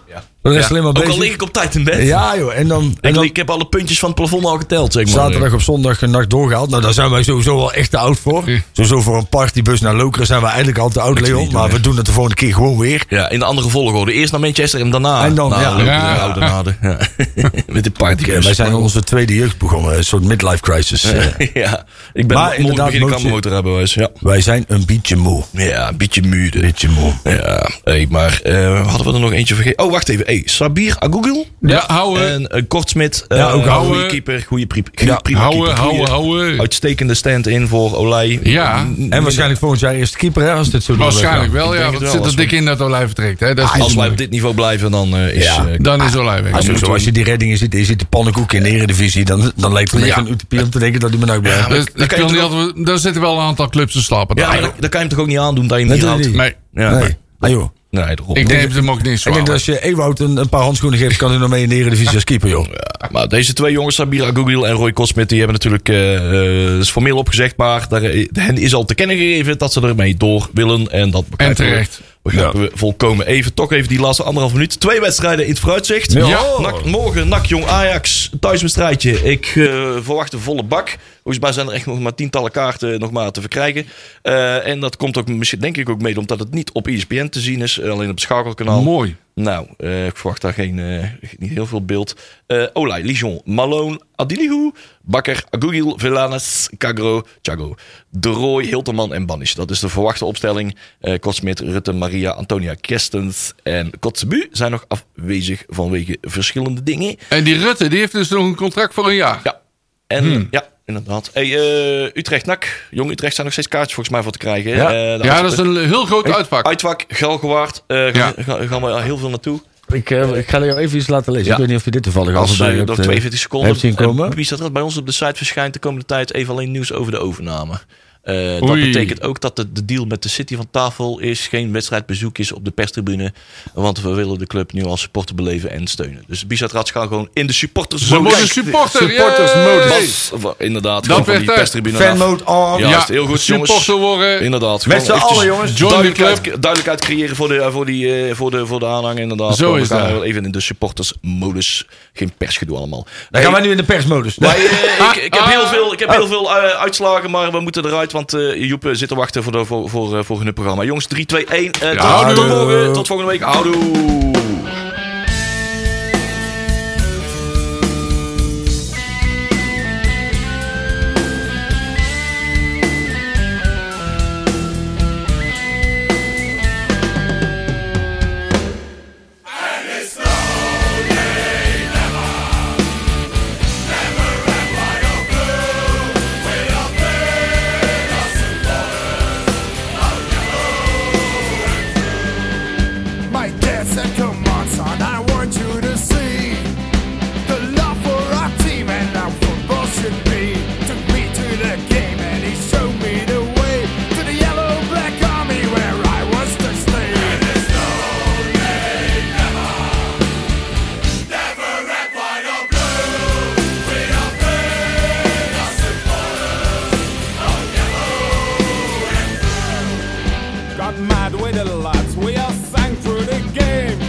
Speaker 4: Ja.
Speaker 2: Dan is het alleen maar
Speaker 4: Ook al
Speaker 2: bezig.
Speaker 4: lig ik op tijd in bed.
Speaker 2: Ja joh, en dan, en
Speaker 4: Ik,
Speaker 2: dan
Speaker 4: ik heb alle puntjes van het plafond al geteld, zeg maar.
Speaker 2: Zaterdag op zondag een nacht doorgehaald. Nou, daar zijn wij sowieso wel echt te oud voor.
Speaker 3: Ja.
Speaker 2: Sowieso voor een partybus naar Lokeren zijn we eigenlijk al te oud,
Speaker 4: we
Speaker 2: Leon.
Speaker 4: niet doen,
Speaker 2: Maar
Speaker 4: hè.
Speaker 2: we doen het de volgende keer gewoon weer.
Speaker 4: Ja, in de andere volgorde. Eerst naar Manchester en daarna.
Speaker 2: En dan,
Speaker 4: naar
Speaker 2: ja.
Speaker 4: Lokeren,
Speaker 3: Ja.
Speaker 4: de eh, oude naden. Ja. Met de party.
Speaker 2: Ja, wij zijn onze tweede jeugd begonnen. Een soort midlife crisis. eh.
Speaker 4: Ja, ik ben
Speaker 2: Maar
Speaker 4: maar morgen
Speaker 2: inderdaad,
Speaker 4: begin ik aan
Speaker 2: motie-
Speaker 4: mijn motorrijbewijs. Ja.
Speaker 2: Wij zijn een beetje moe.
Speaker 4: ja, een beetje muurde. Beetje moe. dus. Ja, hey, maar eh, hadden we er nog eentje vergeten? Oh, wacht even. Hey, Sabir Agugil.
Speaker 3: Ja, houden.
Speaker 4: En eh, Kortsmit.
Speaker 2: Ja,
Speaker 4: eh,
Speaker 2: ook
Speaker 3: houden.
Speaker 4: Goede keeper, goede pri- goede
Speaker 2: Ja,
Speaker 4: prima
Speaker 3: houden,
Speaker 4: keeper.
Speaker 3: houden,
Speaker 4: Goeie-
Speaker 2: Oh,
Speaker 3: houden.
Speaker 4: Uitstekende stand-in voor Olij.
Speaker 3: Ja.
Speaker 2: En waarschijnlijk volgend jaar eerst keeper, hè, als dit zo doorgaat.
Speaker 3: Waarschijnlijk wel,
Speaker 4: Ik
Speaker 3: ja.
Speaker 4: denk
Speaker 3: Want
Speaker 4: het wel,
Speaker 3: zit
Speaker 4: als
Speaker 3: er
Speaker 4: we-
Speaker 3: dik in dat Olij vertrekt. Hè? Dat is niet
Speaker 4: Als wij op
Speaker 3: moeilijk.
Speaker 4: dit niveau blijven, dan eh, is...
Speaker 2: Ja.
Speaker 4: eh,
Speaker 3: Dan is Olij weg.
Speaker 2: Ah. Als je, als je die reddingen ziet, en je ziet de pannenkoek in de eredivisie, dan, dan lijkt het me
Speaker 3: Ja.
Speaker 2: echt een utopie om te denken dat die me nou blijft.
Speaker 3: Dus-
Speaker 4: dan kan
Speaker 3: ik
Speaker 4: je
Speaker 3: wil niet
Speaker 4: toch
Speaker 3: dat we- Daar zitten wel een aantal clubs te slapen.
Speaker 4: ja,
Speaker 3: daar.
Speaker 4: maar dan, dan kan je hem toch ook niet aandoen dat je hem
Speaker 2: Dat
Speaker 4: hier
Speaker 2: doe
Speaker 4: houdt?
Speaker 2: je
Speaker 3: nee,
Speaker 4: Ja.
Speaker 2: Nee. Ah, joh.
Speaker 4: Nee, daarom.
Speaker 3: ik neem hem ook niet
Speaker 2: Ik
Speaker 3: zo
Speaker 2: denk dat als je Ewout een, een paar handschoenen geeft, kan hij nog mee in de eredivisie als keeper, joh.
Speaker 4: Maar deze twee jongens, Sabira Google en Roy Kosmit, die hebben natuurlijk eh, eh, is formeel opgezegd. Maar daar, eh, hen is al te kennen gegeven dat ze ermee door willen. En dat begrijpen we.
Speaker 3: terecht.
Speaker 4: Begrijpen we volkomen even. Toch even die laatste anderhalf minuut. Twee wedstrijden in het vooruitzicht.
Speaker 3: Ja.
Speaker 4: NAC- morgen NAC Jong Ajax. Thuiswedstrijdje. Ik eh, verwacht een volle bak. Volgens mij zijn er echt nog maar tientallen kaarten nog maar te verkrijgen. E Eh, en dat komt ook misschien denk ik ook mede omdat het niet op ESPN te zien is. eh, Alleen op het schakelkanaal.
Speaker 3: Mooi.
Speaker 4: Nou, eh, ik verwacht daar geen, eh, niet heel veel beeld. Eh Olij, Lijon, Malone, Adilihu, Bakker, Agugil, Villanes, Cagro, Chago, De Roy, Hilterman en Banish. Dat is de verwachte opstelling. Eh Kotsmit, Rutte, Maria, Antonia, Kerstens en Kotzebu zijn nog afwezig vanwege verschillende dingen.
Speaker 3: En die Rutte, die heeft dus nog een contract voor een jaar.
Speaker 4: Ja. En
Speaker 3: Hmm.
Speaker 4: ja, inderdaad. Hey, eh, Utrecht, NAC. Jong Utrecht zijn nog steeds kaartjes volgens mij voor te krijgen.
Speaker 2: Ja.
Speaker 4: Eh, de
Speaker 3: Ja, dat is een heel groot uitpak.
Speaker 4: Uitwak, Galgewaard. eh gaan,
Speaker 3: Ja.
Speaker 4: gaan- gaan we al heel veel naartoe.
Speaker 2: Ik, eh, ik ga jou even iets laten lezen.
Speaker 4: Ja.
Speaker 2: Ik weet niet of je dit toevallig al
Speaker 4: Als
Speaker 2: voorbij
Speaker 4: eh,
Speaker 2: hebt,
Speaker 4: door
Speaker 2: eh,
Speaker 4: 42 seconden.
Speaker 2: hebt zien komen.
Speaker 4: eh, Wie staat dat bij ons op de site verschijnt de komende tijd even alleen nieuws over de overname. Eh, dat
Speaker 3: Oei.
Speaker 4: betekent ook dat de, de deal met de City van tafel is. Geen wedstrijdbezoek is op de perstribune. Want we willen de club nu als supporter beleven en steunen. Dus Bizatrat gaan gewoon in de supporters.
Speaker 3: Ze worden supporter.
Speaker 2: supportersmodus.
Speaker 3: yay!
Speaker 4: Was- wa- inderdaad, gewoon van
Speaker 3: werd
Speaker 4: die
Speaker 3: het.
Speaker 4: perstribune
Speaker 2: Fan
Speaker 4: af.
Speaker 2: mode on.
Speaker 4: Ja, juist, heel goed, jongens.
Speaker 3: supporter worden.
Speaker 4: Inderdaad.
Speaker 2: Met
Speaker 4: gewoon
Speaker 2: z'n
Speaker 4: eventjes
Speaker 2: allen, jongens.
Speaker 3: Join the
Speaker 4: Duidelijkheid, duidelijkheid creëren voor de, voor, die, eh, voor, de, voor de aanhang, inderdaad.
Speaker 3: Zo
Speaker 4: Gewoon, we
Speaker 3: is
Speaker 4: gaan
Speaker 3: dat.
Speaker 4: wel Even in de supportersmodus. Geen persgedoe allemaal.
Speaker 2: Dan
Speaker 4: Hey,
Speaker 2: gaan wij nu in de persmodus.
Speaker 4: wij, eh, ik, ik heb heel veel, ik heb heel veel eh, uitslagen, maar we moeten eruit, want eh, Joep eh, zit te wachten voor, de, voor, voor, eh, voor hun programma. Jongens, 3, 2, 1. eh, tot-
Speaker 3: houdoe.
Speaker 4: tot, morgen, tot volgende week. Houdoe.
Speaker 6: My debts and commands on I want you to see The love for our team and our football should be Took me to the game and he showed me the way To the yellow black army where I was to stay Got mad with the lads, we all sang through the game.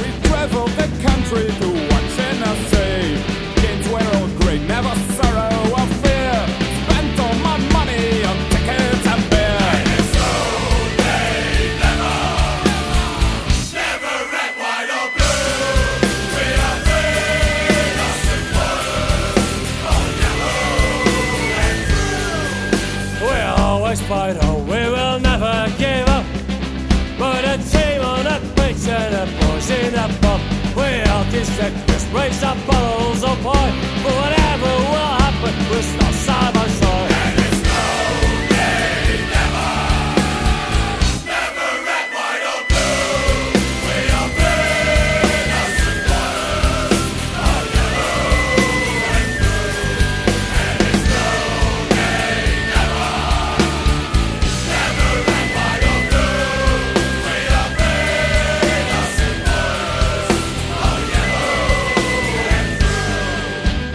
Speaker 6: We traveled the country to watch and I save. Kids were all great, never sorrow or fear. Spent all my money on tickets and beer.
Speaker 7: We always fight on, we will never give up. But a team on a pitch and a boys in a pub. We all distractors, raise our bottles of pie. But whatever will happen, we're still side by side.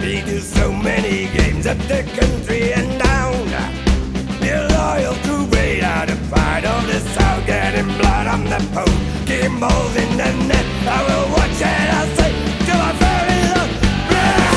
Speaker 6: They do so many games up the country and down. They're loyal to Ray out of pride of the sound, getting blood on the pole, getting balls in the net. I will watch and I'll say to my very last breath.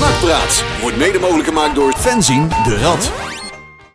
Speaker 1: Nakpraat wordt mede mogelijk gemaakt door Fenzin de Rad.